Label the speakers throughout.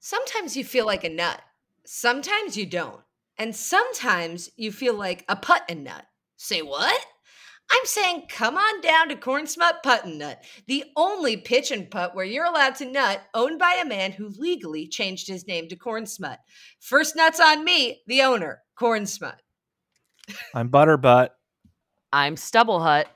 Speaker 1: sometimes you feel like a nut, sometimes you don't. And sometimes you feel like a putt and nut. Say what? I'm saying come on down to Corn Smut Putt and Nut, the only pitch and putt where you're allowed to nut, owned by a man who legally changed his name to Corn Smut. First nuts on me, the owner, Corn Smut.
Speaker 2: I'm Butterbutt.
Speaker 3: I'm Stubble Hut.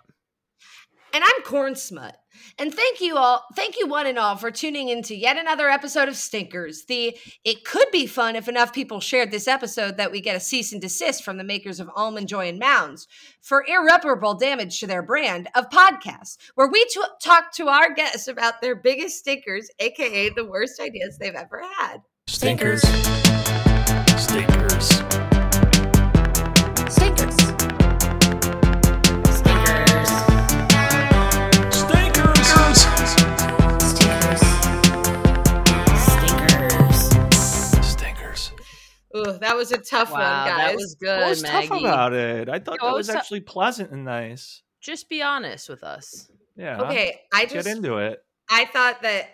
Speaker 1: And I'm Corn Smut. And thank you all, thank you one and all for tuning in to yet another episode of Stinkers. The it could be fun if enough people shared this episode that we get a cease and desist from the makers of Almond Joy and Mounds for irreparable damage to their brand of podcasts, where we t- talk to our guests about their biggest stinkers, aka the worst ideas they've ever had.
Speaker 4: Stinkers. Stinkers. Stinkers. Stinkers. Stinkers. Stinkers. Stinkers. Stinkers.
Speaker 1: Ooh, that was a tough one,
Speaker 3: wow,
Speaker 1: guys.
Speaker 3: that was good,
Speaker 2: What was
Speaker 3: Maggie.
Speaker 2: tough about it? I thought
Speaker 3: Yo,
Speaker 2: that
Speaker 3: I
Speaker 2: was
Speaker 3: was t-
Speaker 2: actually pleasant and nice.
Speaker 3: Just be honest with us.
Speaker 2: Yeah.
Speaker 1: okay, I
Speaker 2: Get
Speaker 1: just
Speaker 2: into it.
Speaker 1: I thought that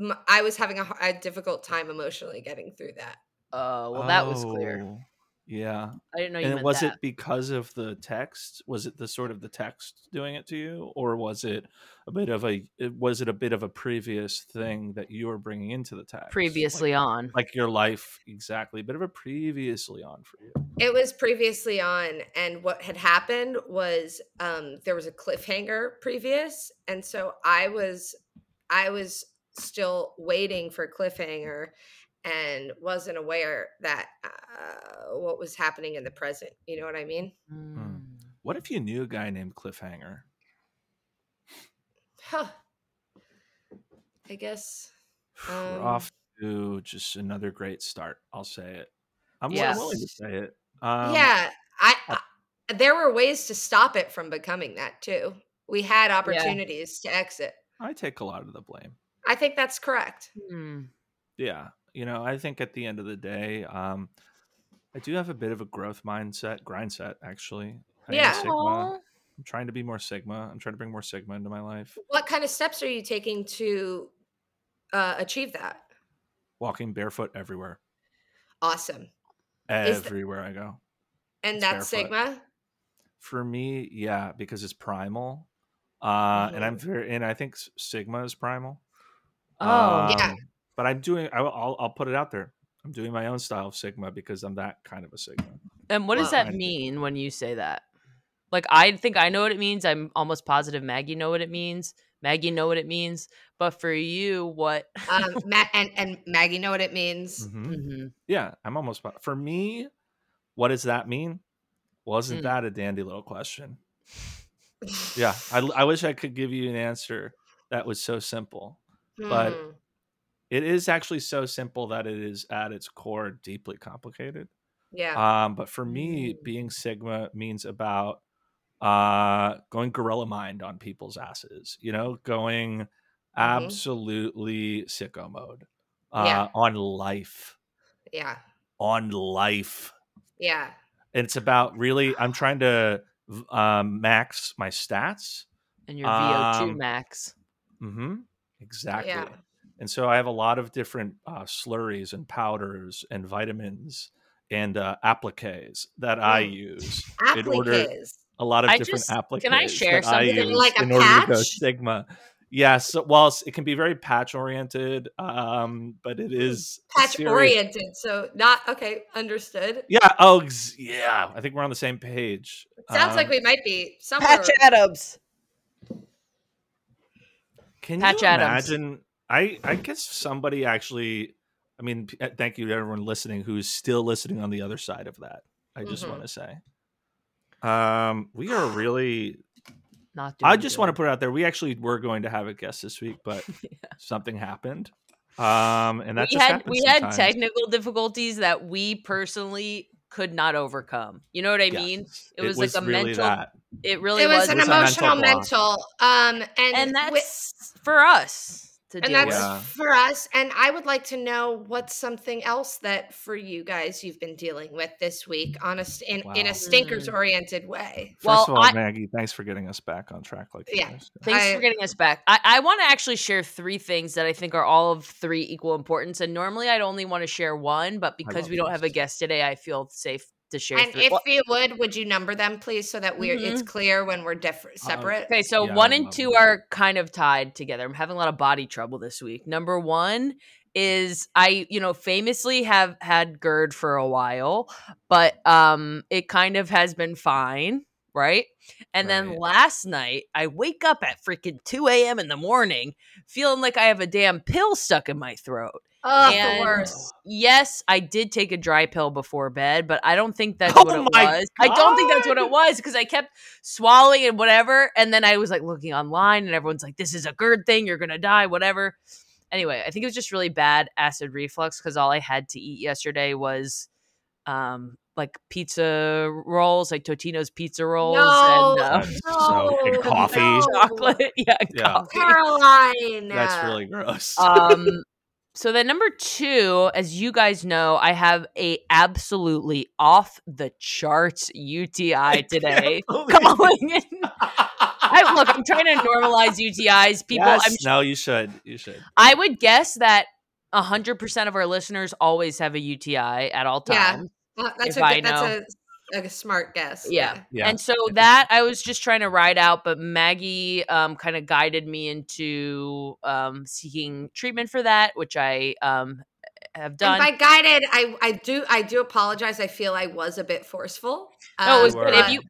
Speaker 1: m- I was having a, h- a difficult time emotionally getting through that.
Speaker 3: Uh, well, that was clear.
Speaker 2: Oh, Yeah.
Speaker 3: I didn't know you
Speaker 2: and
Speaker 3: meant
Speaker 2: was
Speaker 3: that.
Speaker 2: it because of the text? Was it the sort of the text doing it to you, or was it a bit of a? it- Was it a bit of a previous thing that you were bringing into the text?
Speaker 3: previously
Speaker 2: like,
Speaker 3: on.
Speaker 2: like your life exactly. A bit of a previously on for you.
Speaker 1: It was previously on, and what had happened was um, there was a cliffhanger previous, and so I was, I was still waiting for cliffhanger, and wasn't aware that uh, what was happening in the present. You know what I mean?
Speaker 2: Hmm.
Speaker 3: Mm.
Speaker 2: What if you knew a guy named Cliffhanger?
Speaker 1: Huh. I guess.
Speaker 2: We're
Speaker 3: Mm.
Speaker 1: Um,
Speaker 2: off to just another great start. I'll say it. I'm
Speaker 3: Yes.
Speaker 2: willing to say it. Um,
Speaker 1: yeah, I, I. There were ways to stop it from becoming that too. We had opportunities to exit.
Speaker 2: I take a lot of the blame.
Speaker 1: I think that's correct.
Speaker 3: Hmm.
Speaker 2: yeah you know i think at the end of the day um i do have a bit of a growth mindset grind set actually I am
Speaker 1: Yeah.
Speaker 2: sigma.
Speaker 3: Aw.
Speaker 2: i'm trying to be more sigma i'm trying to bring more sigma into my life
Speaker 1: What kind of steps are you taking to uh, achieve that?
Speaker 2: walking barefoot everywhere
Speaker 1: Awesome. Is the-
Speaker 2: everywhere i go
Speaker 1: And
Speaker 2: It's
Speaker 1: that's
Speaker 2: barefoot.
Speaker 1: Sigma.
Speaker 2: for me yeah because it's primal uh and i'm
Speaker 1: Mhm.
Speaker 2: very and i think s- sigma is primal Uh, um,
Speaker 3: Oh.
Speaker 1: Yeah.
Speaker 2: but i'm doing I, will I'll- I'll put it out there i'm doing my own style of sigma because i'm that kind of a sigma
Speaker 3: And what does
Speaker 1: Well-
Speaker 3: that mean when you say that? Like I think I know what it means. I'm almost positive Maggie know what it means. Maggie know what it means. But for you, what?
Speaker 1: Um, Ma- and, and Maggie know what it means.
Speaker 2: Mhm.
Speaker 3: Mhm.
Speaker 2: Yeah, I'm almost po- for me. What does that mean? Wasn't
Speaker 1: Mm.
Speaker 3: Hmm.
Speaker 2: that a dandy little question? Mm. Yeah, I, I wish I could give you an answer that was so simple. But-
Speaker 1: Hmm.
Speaker 2: It is actually so simple that it is at its core deeply complicated.
Speaker 1: yeah,
Speaker 2: Um, but for me,
Speaker 3: Mm.
Speaker 2: being Sigma means about uh, going gorilla mind on people's asses. You know, going
Speaker 1: Mm-hmm.
Speaker 2: absolutely sicko mode uh,
Speaker 1: Yeah.
Speaker 2: on life,
Speaker 1: yeah,
Speaker 2: on life.
Speaker 1: yeah.
Speaker 2: and it's about really i'm trying to v- um, max my stats
Speaker 3: And your VO2
Speaker 2: Um,
Speaker 3: max.
Speaker 2: hmm exactly
Speaker 1: Yeah.
Speaker 2: and so i have a lot of different uh, slurries and powders and vitamins and uh, appliques that i
Speaker 1: Mm.
Speaker 2: use in order
Speaker 1: Appliques.
Speaker 2: a lot of
Speaker 3: I
Speaker 2: different
Speaker 3: just-
Speaker 2: appliques
Speaker 3: can I share
Speaker 2: that I
Speaker 3: something?
Speaker 2: use
Speaker 1: Like a
Speaker 2: in order to go
Speaker 1: patch?
Speaker 2: sigma yeah so while it can be very patch oriented um but it is
Speaker 1: Patch
Speaker 2: serious-
Speaker 1: oriented. So not okay. Understood.
Speaker 2: yeah oh ex- yeah i think we're on the same page
Speaker 1: Sounds like
Speaker 2: Um,
Speaker 1: we might be somewhere.
Speaker 3: Adams.
Speaker 2: Can
Speaker 3: Patch
Speaker 2: you
Speaker 3: Adams.
Speaker 2: imagine? I I guess somebody actually. I mean, p- uh, thank you to everyone listening who is still listening on the other side of that. I just
Speaker 3: Mm-hmm.
Speaker 1: Mhm.
Speaker 2: want to say, um, we are really.
Speaker 3: Not doing
Speaker 2: I just want to put it out there. We actually were going to have a guest this week, but something happened. Um, and that
Speaker 3: we
Speaker 2: just
Speaker 3: had
Speaker 2: happens
Speaker 3: we had
Speaker 2: sometimes.
Speaker 3: technical difficulties that we personally could not overcome. You know what I mean?
Speaker 2: Yes,
Speaker 3: It was like a
Speaker 2: really
Speaker 3: mental-
Speaker 2: that.
Speaker 3: It really
Speaker 1: It was
Speaker 3: was,
Speaker 1: an
Speaker 2: It was a mental
Speaker 1: emotional
Speaker 2: block.
Speaker 1: mental. Um, and
Speaker 3: and
Speaker 1: wi-
Speaker 3: that's for us. to
Speaker 1: and
Speaker 3: deal
Speaker 1: that's
Speaker 3: with.
Speaker 2: Yeah.
Speaker 1: for us. And I would like to know what's something else that for you guys you've been dealing with this week on a st- in, in
Speaker 2: Wow.
Speaker 1: a
Speaker 2: Mm.
Speaker 1: stinkers oriented way.
Speaker 2: First
Speaker 3: Well,
Speaker 2: of all,
Speaker 3: I-
Speaker 2: Maggie, thanks for getting us back on track like
Speaker 1: Yeah.
Speaker 2: this.
Speaker 3: Thanks
Speaker 1: I-
Speaker 3: for getting us back. I, I want to actually share three things that I think are all of three equal importance. And normally I'd only want to share one, but because
Speaker 2: love
Speaker 3: we don't have a
Speaker 2: this.
Speaker 3: guest today, I feel safe to share
Speaker 1: And
Speaker 3: three.
Speaker 1: if
Speaker 3: Well,
Speaker 1: you would, would you number them, please, so that we're
Speaker 3: Mm-hmm.
Speaker 1: it's clear when we're
Speaker 3: Oh,
Speaker 1: different, separate.
Speaker 3: okay, so
Speaker 2: Yeah,
Speaker 3: one
Speaker 2: I
Speaker 3: and
Speaker 2: love
Speaker 3: two
Speaker 2: that.
Speaker 3: are kind of tied together. I'm having a lot of body trouble this week. Number one is I, you know, famously have had GERD for a while, but um it kind of has been fine. Right. And then
Speaker 2: Right.
Speaker 3: last night, I wake up at freaking 2 a.m. in the morning feeling like I have a damn pill stuck in my throat.
Speaker 1: Oh,
Speaker 3: And-
Speaker 1: the worst.
Speaker 3: Yes, I did take a dry pill before bed, but I don't think that's
Speaker 2: Oh
Speaker 3: what it was.
Speaker 2: my
Speaker 3: I don't think that's what
Speaker 2: God.
Speaker 3: it was because I kept swallowing and whatever. And then I was like looking online and everyone's like, this is a GERD thing. You're going to die, whatever. Anyway, I think it was just really bad acid reflux because all I had to eat yesterday was um, like pizza rolls, like Totino's pizza rolls
Speaker 1: No.
Speaker 3: and um,
Speaker 2: Nice.
Speaker 1: no,
Speaker 2: So, and
Speaker 1: no.
Speaker 2: coffee.
Speaker 3: chocolate. Yeah, and
Speaker 2: Yeah.
Speaker 3: coffee.
Speaker 1: Caroline.
Speaker 2: That's really gross.
Speaker 3: um so then number two as you guys know i have a absolutely off the charts uti today calling in I, look i'm trying to normalize utis people
Speaker 2: Yes,
Speaker 3: I'm,
Speaker 2: no, you should. You should.
Speaker 3: i would guess that 100% of our listeners always have a uti at all
Speaker 1: Yeah.
Speaker 3: times
Speaker 1: Uh, that's,
Speaker 3: if
Speaker 1: a,
Speaker 3: I
Speaker 1: good that's a, a smart guess.
Speaker 3: Yeah.
Speaker 2: Yeah.
Speaker 3: And so
Speaker 2: is.
Speaker 3: that I was just trying to ride out, but Maggie um, kind of guided me into um, seeking treatment for that, which I um, have done.
Speaker 1: And by guided, I I do I do apologize. I feel I was a bit forceful. um,
Speaker 3: No, it was
Speaker 2: You
Speaker 3: good. If
Speaker 2: were.
Speaker 3: you,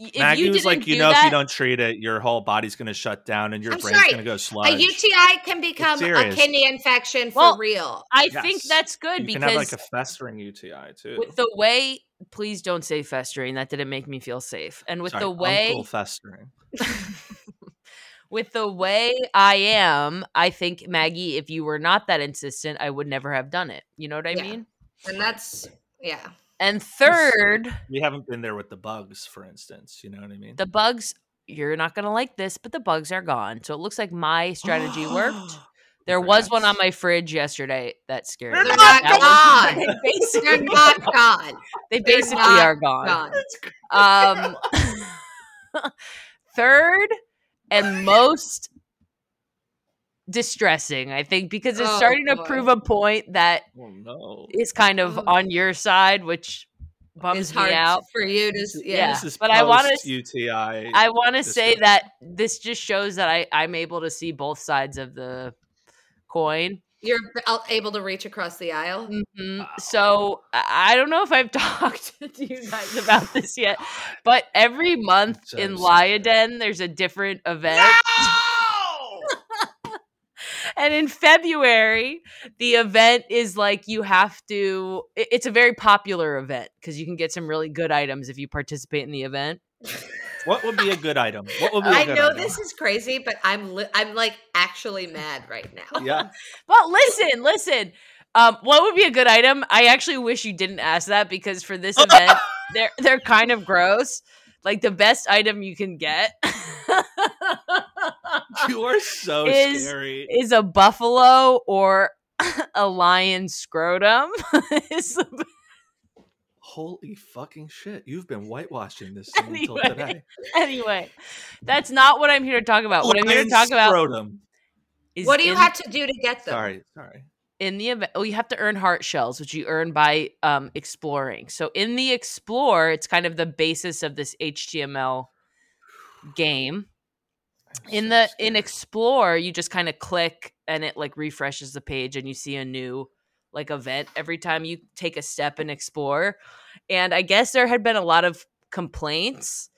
Speaker 3: y- if
Speaker 2: Maggie
Speaker 3: you
Speaker 2: was
Speaker 3: didn't
Speaker 2: like, you
Speaker 3: do
Speaker 2: know, if
Speaker 3: that-
Speaker 2: you don't treat it, your whole body's going to shut down and your
Speaker 1: I'm
Speaker 2: brain's
Speaker 1: sorry.
Speaker 2: going to go
Speaker 1: a
Speaker 2: sludge.
Speaker 1: UTI can become a
Speaker 2: serious.
Speaker 1: kidney infection for
Speaker 3: Well,
Speaker 1: real.
Speaker 3: I think
Speaker 2: Yes.
Speaker 3: that's good
Speaker 2: you
Speaker 3: because
Speaker 2: can have like a festering UTI too.
Speaker 3: with the way, please don't say festering. That didn't make me feel safe. And with
Speaker 2: Sorry,
Speaker 3: the way,
Speaker 2: uncle festering.
Speaker 3: with the way I am, I think Maggie, if you were not that insistent, I would never have done it. You know what I
Speaker 1: Yeah.
Speaker 3: mean?
Speaker 1: And that's yeah.
Speaker 3: And third,
Speaker 2: We haven't been there with the bugs, for instance. You know what I mean?
Speaker 3: the bugs. You're not gonna like this, but the bugs are gone. So it looks like my strategy worked. There was one on
Speaker 2: Congrats.
Speaker 3: my fridge yesterday that scared
Speaker 2: They're
Speaker 3: me.
Speaker 2: not
Speaker 3: That was-
Speaker 1: gone.
Speaker 3: They
Speaker 1: They're
Speaker 3: basically,
Speaker 1: not gone.
Speaker 3: they
Speaker 1: they're
Speaker 3: basically
Speaker 1: not
Speaker 3: are gone.
Speaker 1: Gone.
Speaker 3: Um, third and most distressing, I think, because it's
Speaker 1: Oh,
Speaker 3: starting to
Speaker 1: boy.
Speaker 3: prove a point that
Speaker 2: Oh no.
Speaker 3: is kind of
Speaker 1: Oh.
Speaker 3: on your side, which
Speaker 1: It's
Speaker 3: bums me
Speaker 1: hard
Speaker 3: out.
Speaker 1: for you to s- yeah.
Speaker 3: Yeah.
Speaker 2: This is
Speaker 3: but I wanna
Speaker 2: post
Speaker 3: s-
Speaker 2: UTI.
Speaker 3: I want to say
Speaker 2: Distressing.
Speaker 3: that this just shows that I, I'm able to see both sides of the coin.
Speaker 1: You're a- able to reach across the aisle.
Speaker 3: Mhm.
Speaker 2: Wow.
Speaker 3: So I I don't know if I've talked to you guys about this yet, but every month
Speaker 2: so
Speaker 3: in
Speaker 2: sorry.
Speaker 3: Lyoden, there's a different event. and in February, the event is like you have to, i- it's a very popular event because you can get some really good items if you participate in the event.
Speaker 2: what would be a good item? What would be? a
Speaker 1: I
Speaker 2: good
Speaker 1: know
Speaker 2: item?
Speaker 1: this is crazy, but I'm li- I'm like actually mad right now.
Speaker 2: Yeah.
Speaker 3: But listen, listen. Um, what would be a good item? I actually wish you didn't ask that because for this event, they're they're kind of gross. Like the best item you can get
Speaker 2: You are so
Speaker 3: Is-
Speaker 2: scary.
Speaker 3: is a buffalo or a lion scrotum. It's the
Speaker 2: Holy fucking shit. You've been whitewashing this thing until
Speaker 3: Anyway,
Speaker 2: today.
Speaker 3: anyway, that's not what I'm here to talk about. Uh, What I'm here to
Speaker 2: Lion
Speaker 3: talk about
Speaker 2: scrotum.
Speaker 3: is
Speaker 1: What do you
Speaker 3: in,
Speaker 1: have to do to get them?
Speaker 2: Sorry, sorry.
Speaker 3: in the event. Oh, you have to earn heart shells, which you earn by um, exploring. So in the explore, it's kind of the basis of this HTML game.
Speaker 2: I'm
Speaker 3: In
Speaker 2: so
Speaker 3: the in
Speaker 2: scared.
Speaker 3: explore, you just kind of click and it like refreshes the page and you see a new like event every time you take a step and explore. And I guess there had been a lot of complaints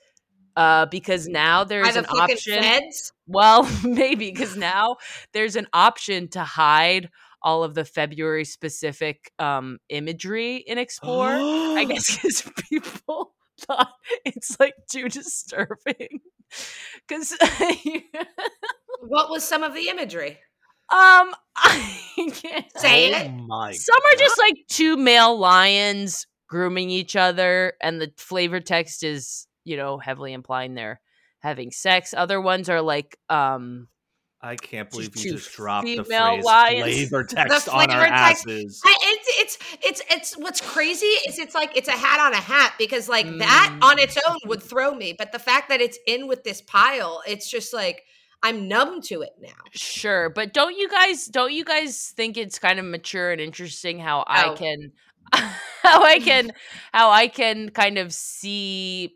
Speaker 3: uh, because now
Speaker 1: By
Speaker 3: there's
Speaker 1: the
Speaker 3: an
Speaker 1: fucking
Speaker 3: option.
Speaker 1: feds?
Speaker 3: Well, maybe because now there's an option to hide all of the February specific um, imagery in Explore. I guess because people thought it's like too disturbing. Because
Speaker 1: What was some of the imagery?
Speaker 3: um, I can't.
Speaker 1: Say
Speaker 2: oh
Speaker 1: it.
Speaker 2: My
Speaker 3: Some are just like two male lions grooming each other, and the flavor text is, you know, heavily implying they're having sex. Other ones are like um
Speaker 2: I can't believe
Speaker 3: Just
Speaker 2: you
Speaker 3: two
Speaker 2: just dropped the
Speaker 3: female
Speaker 2: phrase
Speaker 3: lions.
Speaker 2: flavor text on our
Speaker 1: flavor text.
Speaker 2: asses.
Speaker 1: I, it's it's it's it's what's crazy is it's like it's a hat on a hat because like
Speaker 3: Mm.
Speaker 1: that on its own would throw me, but the fact that it's in with this pile, it's just like I'm numb to it now.
Speaker 3: Sure, but don't you guys don't you guys think it's kind of mature and interesting how I
Speaker 1: Oh.
Speaker 3: can how I can how I can kind of see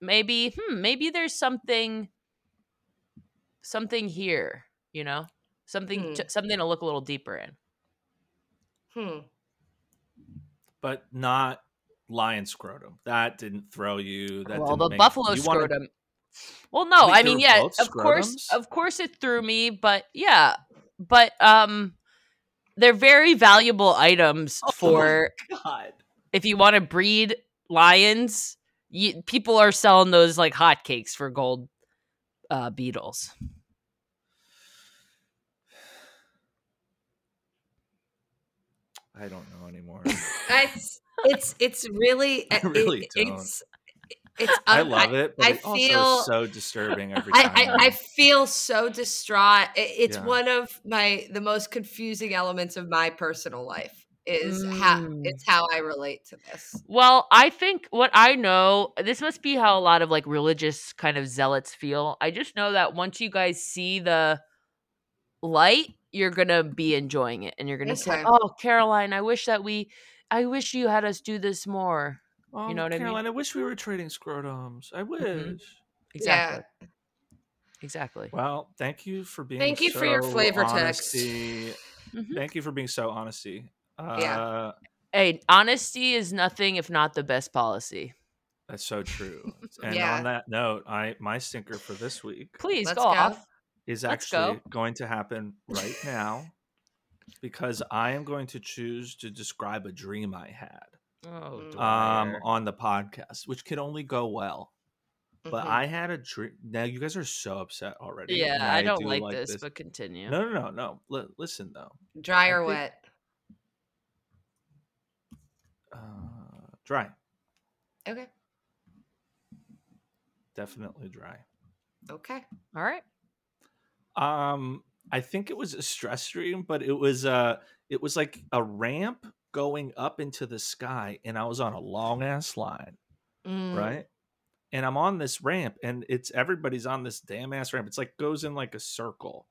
Speaker 3: maybe hmm maybe there's something something here, you know? Something to, something to look a little deeper in.
Speaker 1: Hmm.
Speaker 2: but not lion scrotum. That didn't throw you. That
Speaker 3: well,
Speaker 2: didn't
Speaker 3: the
Speaker 2: make-
Speaker 3: buffalo
Speaker 2: you wanted-
Speaker 3: scrotum. Well, no,
Speaker 2: Wait,
Speaker 3: I
Speaker 2: they
Speaker 3: mean,
Speaker 2: were
Speaker 3: yeah,
Speaker 2: both
Speaker 3: of course,
Speaker 2: scrotums?
Speaker 3: of course, it threw me, but yeah, but um, they're very valuable items
Speaker 2: Oh my
Speaker 3: for
Speaker 2: God.
Speaker 3: if you want to breed lions, you, people are selling those like hotcakes for gold uh, beetles.
Speaker 2: I don't know anymore.
Speaker 3: Um,
Speaker 1: It's it's it's really
Speaker 2: I
Speaker 1: it-
Speaker 2: really don't.
Speaker 1: it's it's
Speaker 2: I
Speaker 1: un-
Speaker 2: love it, but
Speaker 1: I
Speaker 2: it's also
Speaker 1: feel-
Speaker 2: is so disturbing every time.
Speaker 1: I, I, I feel so distraught. I- It's
Speaker 2: Yeah.
Speaker 1: one of my the most confusing elements of my personal life is how
Speaker 3: Mm.
Speaker 1: it's how I relate to this.
Speaker 3: Well, I think what I know, this must be how a lot of like religious kind of zealots feel. I just know that once you guys see the light, you're gonna be enjoying it, and you're gonna say,
Speaker 1: Okay.
Speaker 3: "Oh, Caroline, I wish that we, I wish you had us do this more."
Speaker 2: Oh,
Speaker 3: you know what I mean? Mm-hmm.
Speaker 2: Caroline, I wish we were trading scrotums. I wish.
Speaker 3: Exactly. Exactly.
Speaker 2: Well, thank you for being.
Speaker 1: Thank you for your
Speaker 2: so
Speaker 1: flavor text.
Speaker 2: honesty.
Speaker 3: Mhm.
Speaker 2: Thank you for being so honesty. Uh,
Speaker 1: Yeah.
Speaker 3: Hey, honesty is nothing if not the best policy.
Speaker 2: that's so true. And
Speaker 1: Yeah.
Speaker 2: on that note, I my stinker for this week
Speaker 3: Please
Speaker 1: Let's
Speaker 3: go,
Speaker 1: go.
Speaker 3: off.
Speaker 2: is
Speaker 3: Let's
Speaker 2: actually
Speaker 3: go.
Speaker 2: going to happen right now because I am going to choose to describe a dream I had.
Speaker 3: Oh,
Speaker 1: Mm.
Speaker 2: um,
Speaker 3: Dwyer.
Speaker 2: on the podcast, which can only go well. But
Speaker 1: Mhm.
Speaker 3: Mm-hmm.
Speaker 2: I had a dream. Now you guys are so upset already.
Speaker 3: yeah,
Speaker 2: and
Speaker 3: I, don't
Speaker 2: do
Speaker 3: like, this, but continue.
Speaker 2: no, no, no, no. L- listen though,
Speaker 1: dry
Speaker 2: I
Speaker 1: or
Speaker 2: think-
Speaker 1: wet.
Speaker 2: uh, dry,
Speaker 1: Okay.
Speaker 2: definitely dry.
Speaker 1: Okay.
Speaker 3: All right.
Speaker 2: Um, I think it was a stress dream, but it was uh it was like a ramp going up into the sky, and I was on a long ass line,
Speaker 1: Mm.
Speaker 2: right? And I'm on this ramp, and it's everybody's on this damn ass ramp. It's like goes in like a circle,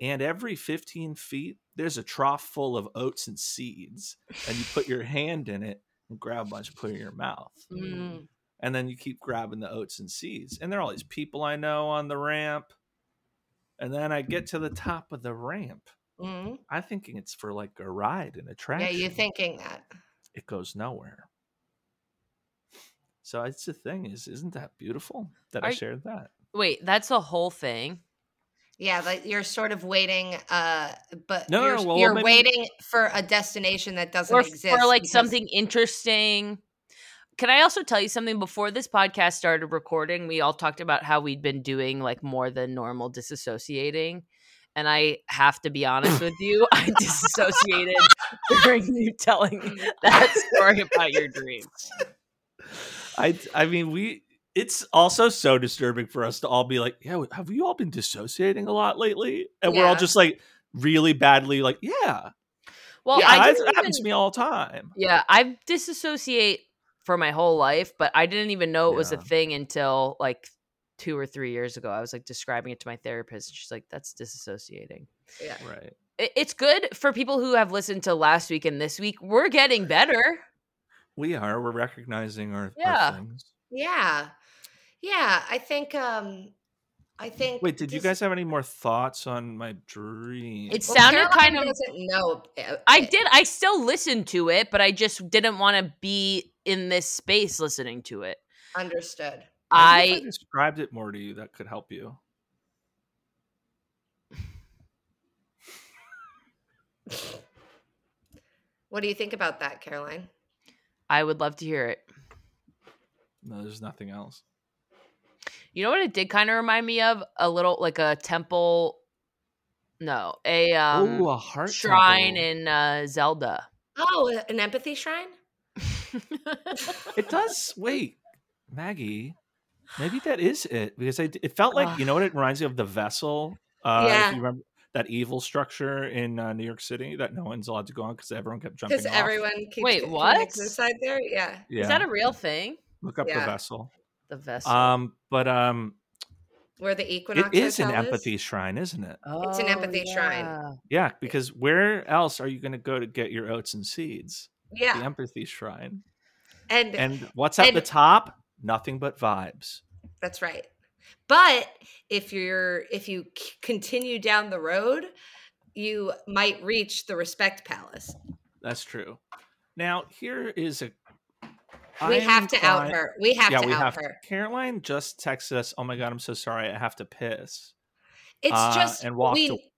Speaker 2: and every 15 feet there's a trough full of oats and seeds, and you put your hand in it and grab a bunch, put it in your mouth,
Speaker 1: Mm.
Speaker 2: and then you keep grabbing the oats and seeds. And there are all these people I know on the ramp. And then I get to the top of the ramp.
Speaker 1: Mm.
Speaker 2: I'm thinking it's for like a ride and
Speaker 1: Yeah,
Speaker 2: attraction.
Speaker 1: you're thinking that.
Speaker 2: it goes nowhere. So it's the thing is, isn't that beautiful that I
Speaker 3: Are-
Speaker 2: shared that?
Speaker 3: Wait, that's the whole thing.
Speaker 1: Yeah, like you're sort of waiting, uh, but
Speaker 2: No, no,
Speaker 1: you're,
Speaker 2: no, well,
Speaker 1: you're
Speaker 2: maybe-
Speaker 1: waiting for a destination that doesn't
Speaker 3: Or, f-
Speaker 1: exist,
Speaker 3: or like
Speaker 1: because-
Speaker 3: something interesting. Can I also tell you something? Before this podcast started recording, we all talked about how we'd been doing like more than normal disassociating. And I have to be honest with you, I disassociated during you telling that story about your dream.
Speaker 2: I I mean we it's also so disturbing for us to all be like, yeah, have you all been dissociating a lot lately? And we're all
Speaker 1: Yeah.
Speaker 2: just like really badly like, yeah,
Speaker 3: Well,
Speaker 2: yeah,
Speaker 3: I
Speaker 2: I, it
Speaker 3: didn't even-
Speaker 2: happens to me all the time.
Speaker 3: Yeah, I disassociate for my whole life, but I didn't even know it was a
Speaker 2: Yeah.
Speaker 3: thing until like two or three years ago. I was like describing it to my therapist, and she's like, "That's disassociating."
Speaker 1: Yeah.
Speaker 2: Right.
Speaker 3: I- It's good for people who have listened to last week and this week. We're getting better.
Speaker 2: We are. We're recognizing our, our
Speaker 3: Yeah.
Speaker 2: things.
Speaker 1: Yeah, yeah. I think. um I think.
Speaker 2: Wait, did you
Speaker 1: just-
Speaker 2: guys have any more thoughts on my dream?
Speaker 3: It's-
Speaker 1: well,
Speaker 3: sounded kind
Speaker 1: Caroline
Speaker 3: of-
Speaker 1: Doesn't know. uh,
Speaker 3: I
Speaker 1: it.
Speaker 3: did. I still listened to it, but I just didn't want to be in this space listening to it.
Speaker 1: Understood.
Speaker 2: Maybe if
Speaker 3: I
Speaker 2: I described it more to you. That could help you.
Speaker 1: What do you think about that, Caroline?
Speaker 3: I would love to hear it.
Speaker 2: No, there's nothing else.
Speaker 3: You know what it did kind of remind me of? A little like a temple. No, a um,
Speaker 2: oh, a heart
Speaker 3: shrine
Speaker 2: temple.
Speaker 3: in uh, Zelda.
Speaker 1: Oh, a- an empathy shrine.
Speaker 2: it does. Wait, Maggie, maybe that is it because I, d- it felt like you know what it reminds me of the vessel Uh,
Speaker 1: Yeah.
Speaker 2: If you remember that evil structure in uh, New York City that no one's allowed to go on because everyone kept jumping
Speaker 1: because
Speaker 2: off.
Speaker 1: everyone keeps
Speaker 3: Wait,
Speaker 1: getting
Speaker 3: what?
Speaker 1: connected inside there. Yeah,
Speaker 2: yeah.
Speaker 3: Is that a real thing?
Speaker 2: Look up
Speaker 1: Yeah.
Speaker 2: the vessel.
Speaker 3: The vessel.
Speaker 2: Um, but um,
Speaker 1: where the
Speaker 2: it
Speaker 1: Equinox
Speaker 2: is an
Speaker 1: Hotel is.
Speaker 2: empathy shrine, isn't it?
Speaker 1: it's an
Speaker 3: Oh,
Speaker 1: empathy shrine.
Speaker 3: yeah.
Speaker 2: Yeah, because where else are you going to go to get your oats and seeds?
Speaker 1: Yeah,
Speaker 2: The empathy shrine.
Speaker 1: and
Speaker 2: And what's at
Speaker 1: And-
Speaker 2: the top? Nothing but vibes.
Speaker 1: That's right. But if you're if you c- continue down the road, you might reach the Respect Palace.
Speaker 2: That's true. Now here is a.
Speaker 1: we
Speaker 2: I am
Speaker 1: have to out
Speaker 2: inclined-
Speaker 1: her. We have
Speaker 2: yeah,
Speaker 1: to
Speaker 2: we
Speaker 1: out
Speaker 2: have.
Speaker 1: her.
Speaker 2: Caroline just texted us. Oh my god, I'm so sorry. I have to piss.
Speaker 1: It's
Speaker 2: uh,
Speaker 1: just
Speaker 2: and walked
Speaker 1: we
Speaker 2: away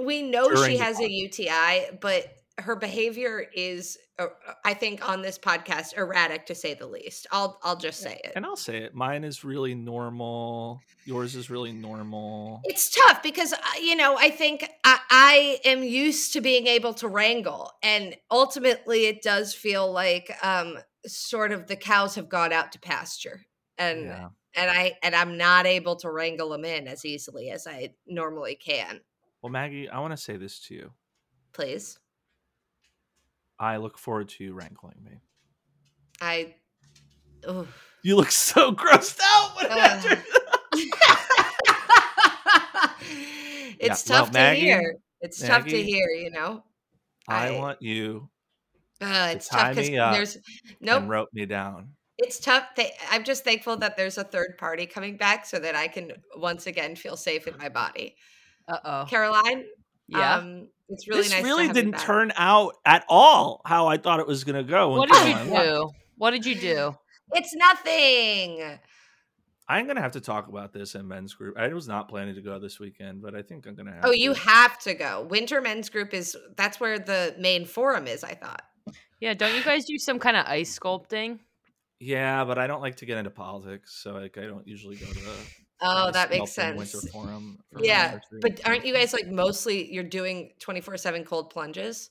Speaker 1: we know
Speaker 2: during
Speaker 1: she
Speaker 2: the
Speaker 1: has a
Speaker 2: pod-
Speaker 1: UTI, but her behavior is uh, I think on this podcast erratic to say the least. I'll I'll just say it.
Speaker 2: And I'll say it. Mine is really normal. Yours is really normal.
Speaker 1: It's tough because uh, you know I think I, I am used to being able to wrangle, and ultimately it does feel like um, sort of the cows have gone out to pasture, and
Speaker 2: Yeah.
Speaker 1: and I and I'm not able to wrangle them in as easily as I normally can.
Speaker 2: Well, Maggie, I want to say this to you.
Speaker 1: Please,
Speaker 2: I look forward to you wrangling me.
Speaker 1: I. oof.
Speaker 2: You look so grossed out. when I
Speaker 1: Ugh.
Speaker 2: entered.
Speaker 1: it's
Speaker 2: well,
Speaker 1: tough to
Speaker 2: Maggie-
Speaker 1: hear. It's tough to
Speaker 2: Maggie,
Speaker 1: hear, you know.
Speaker 2: I
Speaker 1: I-
Speaker 2: want you
Speaker 1: Uh,
Speaker 2: to
Speaker 1: it's tough
Speaker 2: tie
Speaker 1: because
Speaker 2: me up
Speaker 1: there's nope.
Speaker 2: and rope me down.
Speaker 1: it's tough. Th- I'm just thankful that there's a third party coming back so that I can once again feel safe in my body.
Speaker 3: Uh oh.
Speaker 1: Caroline,
Speaker 3: Yeah.
Speaker 1: um, it's really
Speaker 2: this
Speaker 1: nice. to
Speaker 2: really
Speaker 1: have you
Speaker 2: didn't
Speaker 1: back.
Speaker 2: turn out at all how I thought it was going to go. when
Speaker 3: what did
Speaker 2: Caroline
Speaker 3: you
Speaker 2: left.
Speaker 3: do? What did you do?
Speaker 1: It's nothing.
Speaker 2: I'm going to have to talk about this in men's group. I was not planning to go this weekend, but I think I'm going to have
Speaker 1: Oh, you
Speaker 2: to.
Speaker 1: have to go. Winter Men's Group is that's where the main forum is. I thought.
Speaker 3: Yeah, don't you guys do some kind of ice sculpting?
Speaker 2: yeah, but I don't like to get into politics, so like I don't usually go to the
Speaker 1: Oh,
Speaker 2: the
Speaker 1: that makes
Speaker 2: Smelting
Speaker 1: sense.
Speaker 2: Winter Forum for
Speaker 1: Yeah,
Speaker 2: Winter Retreat.
Speaker 1: But aren't you guys like mostly you're doing 24 7 cold plunges?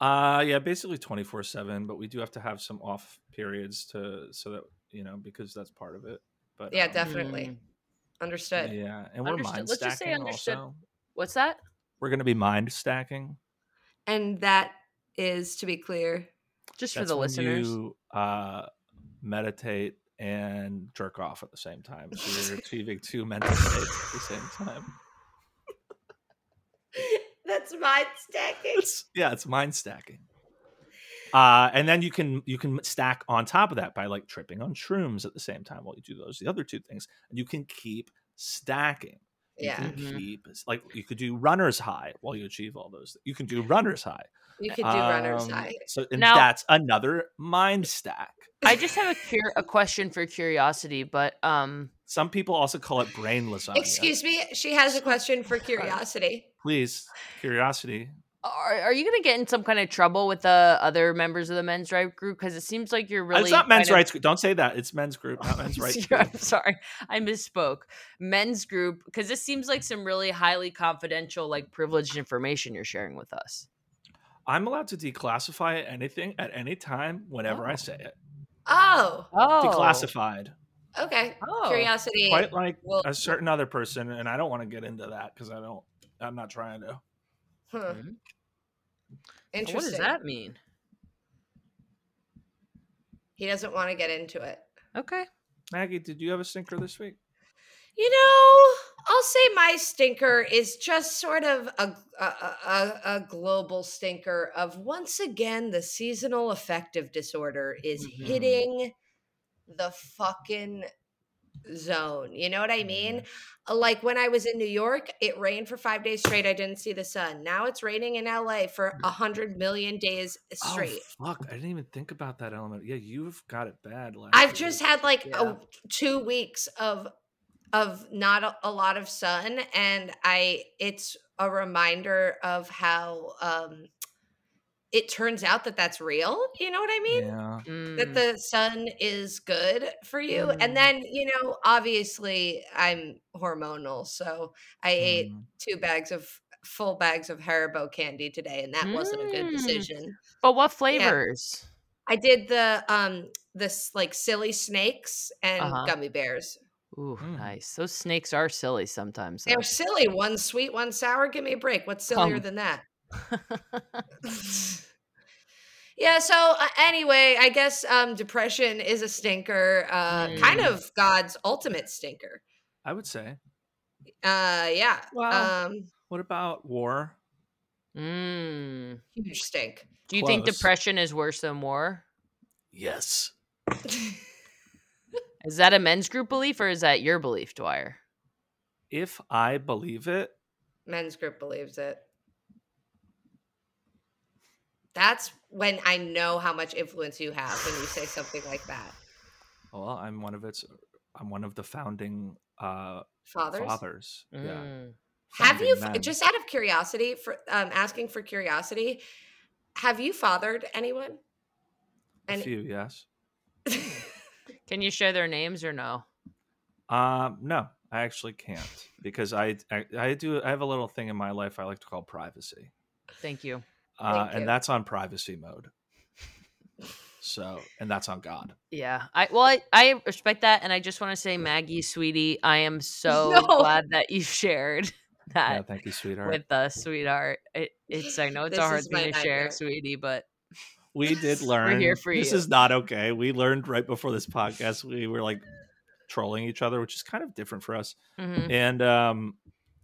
Speaker 2: Uh, yeah, basically twenty four seven. But we do have to have some off periods to so that you know because that's part of it. But
Speaker 1: Yeah,
Speaker 2: um,
Speaker 1: definitely.
Speaker 3: Mm.
Speaker 1: Understood.
Speaker 2: Yeah, and we're
Speaker 3: Understood.
Speaker 2: mind
Speaker 3: Let's just say
Speaker 2: stacking
Speaker 3: understood.
Speaker 2: also.
Speaker 3: What's that?
Speaker 2: We're gonna be mind stacking.
Speaker 1: And that is to be clear.
Speaker 3: Just for
Speaker 2: That's
Speaker 3: the
Speaker 2: when
Speaker 3: listeners.
Speaker 2: you uh, meditate and jerk off at the same time. So you're achieving two mental states at the same time.
Speaker 1: That's mind stacking.
Speaker 2: It's yeah, it's mind stacking. Uh, and then you can you can stack on top of that by like tripping on shrooms at the same time while you do those the other two things, and you can keep stacking. You
Speaker 1: Yeah.
Speaker 2: can
Speaker 3: Mhm.
Speaker 2: keep like you could do runner's high while you achieve all those. You can do runner's high.
Speaker 1: You could do runner's
Speaker 2: Um,
Speaker 1: high.
Speaker 2: So and
Speaker 3: Now-
Speaker 2: that's another mind stack.
Speaker 3: I just have a cur- a question for curiosity, but um,
Speaker 2: Some people also call it brain
Speaker 3: Oh,
Speaker 2: lasagna.
Speaker 1: Excuse me. She has a question for curiosity.
Speaker 2: please curiosity. Uh,
Speaker 3: are, are you going to get in some kind of trouble with the other members of the men's rights group? Because it seems like you're really
Speaker 2: it's not men's
Speaker 3: kind of-
Speaker 2: rights. group. Don't say that. It's men's group, not men's rights.
Speaker 3: Yeah,
Speaker 2: group.
Speaker 3: I'm sorry, I misspoke. Men's group, because this seems like some really highly confidential, like privileged information you're sharing with us.
Speaker 2: I'm allowed to declassify anything at any time whenever I say it.
Speaker 1: Oh,
Speaker 3: Oh,
Speaker 2: declassified,
Speaker 1: okay.
Speaker 3: Oh.
Speaker 1: Curiosity.
Speaker 2: quite like
Speaker 1: Well,
Speaker 2: a certain other person, and I don't want to get into that because I don't. I'm not trying to.
Speaker 1: huh,
Speaker 3: Mhm.
Speaker 1: interesting.
Speaker 3: What does that mean?
Speaker 1: He doesn't want to get into it.
Speaker 3: Okay.
Speaker 2: Maggie, did you have a stinker this week?
Speaker 1: You know, I'll say my stinker is just sort of a, a, a, a global stinker of once again the seasonal affective disorder is
Speaker 3: Mhm.
Speaker 1: hitting the fucking zone. You know what I mean? Like when I was in New York, it rained for five days straight. I didn't see the sun. Now it's raining in LA for a hundred million days straight.
Speaker 2: Oh, fuck, I didn't even think about that element. Yeah, you've got it bad. Last
Speaker 1: I've
Speaker 2: week.
Speaker 1: just had like
Speaker 3: Yeah.
Speaker 1: a, two weeks of of not a, a lot of sun, and I it's a reminder of how um it turns out that that's real. You know what I mean?
Speaker 2: Yeah.
Speaker 3: Mm.
Speaker 1: That the sun is good for you,
Speaker 3: Mm.
Speaker 1: and then you know, obviously, I'm hormonal, so I ate
Speaker 2: Mm.
Speaker 1: two bags of full bags of Haribo candy today, and that wasn't a good
Speaker 3: Mm.
Speaker 1: decision.
Speaker 3: but what flavors?
Speaker 1: I did the um this like silly snakes and
Speaker 3: Uh-huh.
Speaker 1: gummy bears.
Speaker 3: Ooh,
Speaker 2: Mm.
Speaker 3: nice. Those snakes are silly sometimes.
Speaker 1: They're silly. One sweet, one sour. Give me a break. What's sillier
Speaker 3: Um.
Speaker 1: than that?
Speaker 3: though.
Speaker 1: yeah. So uh, anyway, I guess um, depression is a stinker. Uh, Kind
Speaker 3: Mm.
Speaker 1: of God's ultimate stinker.
Speaker 2: I would say.
Speaker 1: Uh, yeah.
Speaker 2: Wow.
Speaker 1: Um,
Speaker 2: What about war?
Speaker 3: mm.
Speaker 1: huge stink.
Speaker 3: Do you think
Speaker 2: Close.
Speaker 3: depression is worse than war?
Speaker 4: Yes.
Speaker 3: Is that a men's group belief or is that your belief, Dwyer?
Speaker 2: If I believe it,
Speaker 1: Men's group believes it. That's when I know how much influence you have when you say something like that.
Speaker 2: well, I'm one of its. I'm one of the founding uh,
Speaker 1: Fathers,
Speaker 2: fathers. Yeah.
Speaker 3: Mm.
Speaker 1: have you
Speaker 2: founding
Speaker 1: f-
Speaker 2: men.
Speaker 1: just out of curiosity for um, asking for curiosity? Have you fathered anyone?
Speaker 2: a
Speaker 1: And
Speaker 2: few? Yes.
Speaker 3: Can you share their names or no?
Speaker 2: Um, no, I actually can't because I, I I do I have a little thing in my life I like to call privacy,
Speaker 3: Thank you.
Speaker 2: uh,
Speaker 1: Thank you.
Speaker 2: and that's on privacy mode. So, and that's on God.
Speaker 3: Yeah. I well, I, I respect that, and I just want to say, Maggie, sweetie, I am so
Speaker 1: No.
Speaker 3: glad that you shared
Speaker 1: Uh,
Speaker 2: Yeah,
Speaker 3: that
Speaker 2: thank you, sweetheart.
Speaker 3: with us, sweetheart. It, it's I know it's a
Speaker 1: This
Speaker 3: hard
Speaker 1: is
Speaker 3: thing to
Speaker 1: my
Speaker 3: share,
Speaker 1: nightmare.
Speaker 3: sweetie, but
Speaker 2: we did learn.
Speaker 3: here for
Speaker 2: this
Speaker 3: you.
Speaker 2: is not okay. We learned right before this podcast. We were like trolling each other, which is kind of different for us.
Speaker 3: mhm.
Speaker 2: And um,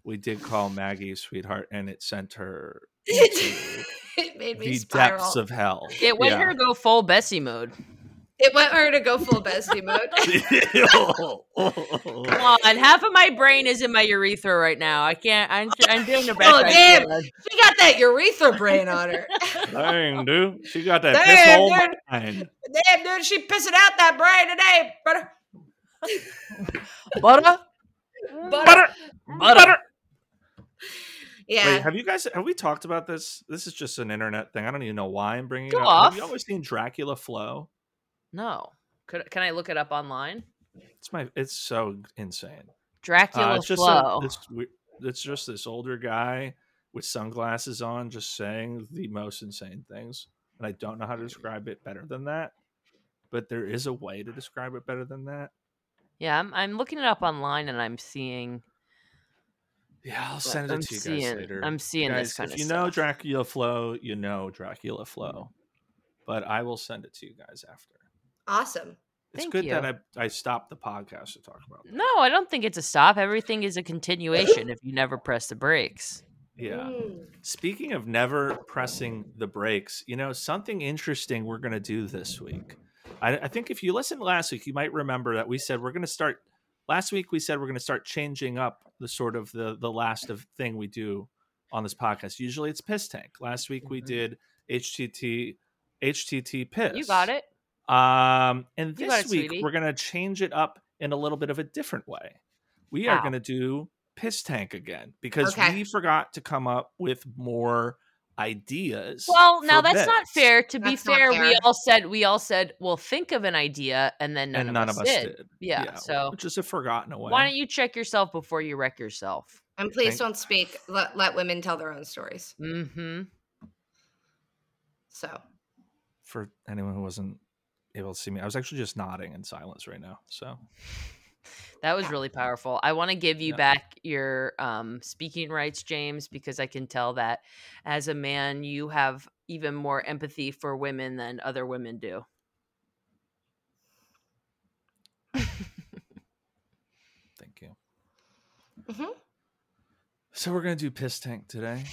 Speaker 2: we did call Maggie sweetheart, and it sent her
Speaker 1: it, made me
Speaker 2: the
Speaker 1: spiral.
Speaker 2: depths of hell.
Speaker 3: it went
Speaker 2: Yeah.
Speaker 3: her go full Bessie mode.
Speaker 1: it went her to go full bestie mode.
Speaker 3: Come on, half of my brain is in my urethra right now. I can't. I'm I'm doing the best.
Speaker 1: Oh,
Speaker 3: I
Speaker 1: damn.
Speaker 3: can.
Speaker 1: she got that urethra brain on her.
Speaker 2: Dang, dude. She got that
Speaker 1: Damn,
Speaker 2: piss hole
Speaker 1: dude.
Speaker 2: mind.
Speaker 1: Damn, dude, she pissing out that brain today, brother.
Speaker 3: Butter,
Speaker 1: Butter.
Speaker 3: butter.
Speaker 1: Yeah.
Speaker 2: Wait, have you guys have we talked about this? This is just an internet thing. I don't even know why I'm bringing
Speaker 3: Go
Speaker 2: it up. Have
Speaker 3: off.
Speaker 2: you always seen Dracula Flow?
Speaker 3: No, Could, can I look it up online?
Speaker 2: Uh, It's my it's so insane.
Speaker 3: Dracula
Speaker 2: Uh, it's just a,
Speaker 3: flow.
Speaker 2: it's, we- it's just this older guy with sunglasses on just saying the most insane things. And I don't know how to describe it better than that. But there is a way to describe it better than that.
Speaker 3: yeah, I'm I'm looking it up online, and I'm seeing.
Speaker 2: Yeah, I'll
Speaker 3: But
Speaker 2: send it
Speaker 3: I'm
Speaker 2: to you
Speaker 3: seeing,
Speaker 2: guys later.
Speaker 3: I'm seeing
Speaker 2: guys,
Speaker 3: this kind
Speaker 2: if
Speaker 3: of
Speaker 2: you
Speaker 3: stuff.
Speaker 2: know Dracula Flow, you know Dracula Flow. But I will send it to you guys after.
Speaker 1: awesome.
Speaker 2: It's
Speaker 3: Thank
Speaker 2: good
Speaker 3: you.
Speaker 2: that I, I stopped the podcast to talk about. That.
Speaker 3: no, I don't think it's a stop. Everything is a continuation if you never press the brakes.
Speaker 2: Yeah.
Speaker 1: Mm.
Speaker 2: Speaking of never pressing the brakes, you know something interesting we're going to do this week. I, I think if you listened last week, you might remember that we said we're going to start. Last week we said we're going to start changing up the sort of the the last of thing we do on this podcast. Usually it's piss tank. Last week we
Speaker 3: Mhm.
Speaker 2: did HTT HTT piss.
Speaker 3: You got it.
Speaker 2: Um, and
Speaker 3: You got
Speaker 2: this
Speaker 3: it,
Speaker 2: week
Speaker 3: sweetie.
Speaker 2: we're gonna change it up in a little bit of a different way. We are
Speaker 3: How?
Speaker 2: gonna do piss tank again because
Speaker 1: Okay.
Speaker 2: we forgot to come up with more ideas.
Speaker 3: Well, now
Speaker 2: for
Speaker 3: that's not
Speaker 2: bits,
Speaker 3: fair. To be
Speaker 1: That's not
Speaker 3: fair, we
Speaker 1: fair.
Speaker 3: all said we all said, well, think of an idea, and then none,
Speaker 2: and
Speaker 3: of,
Speaker 2: none
Speaker 3: us
Speaker 2: of us did.
Speaker 3: Yeah, so-
Speaker 2: which is a forgotten away.
Speaker 3: Why don't you check yourself before you wreck yourself?
Speaker 1: And please
Speaker 2: Thank-
Speaker 1: don't speak. Let, let women tell their own stories.
Speaker 3: Mm-hmm.
Speaker 1: So
Speaker 2: for anyone who wasn't able to see me, I was actually just nodding in silence right now. So
Speaker 3: That was really powerful. I want to give you
Speaker 2: Yeah.
Speaker 3: back your um, speaking rights, James, because I can tell that as a man, you have even more empathy for women than other women do.
Speaker 2: thank you.
Speaker 3: Mm-hmm.
Speaker 1: Mhm.
Speaker 2: So we're gonna do piss tank today.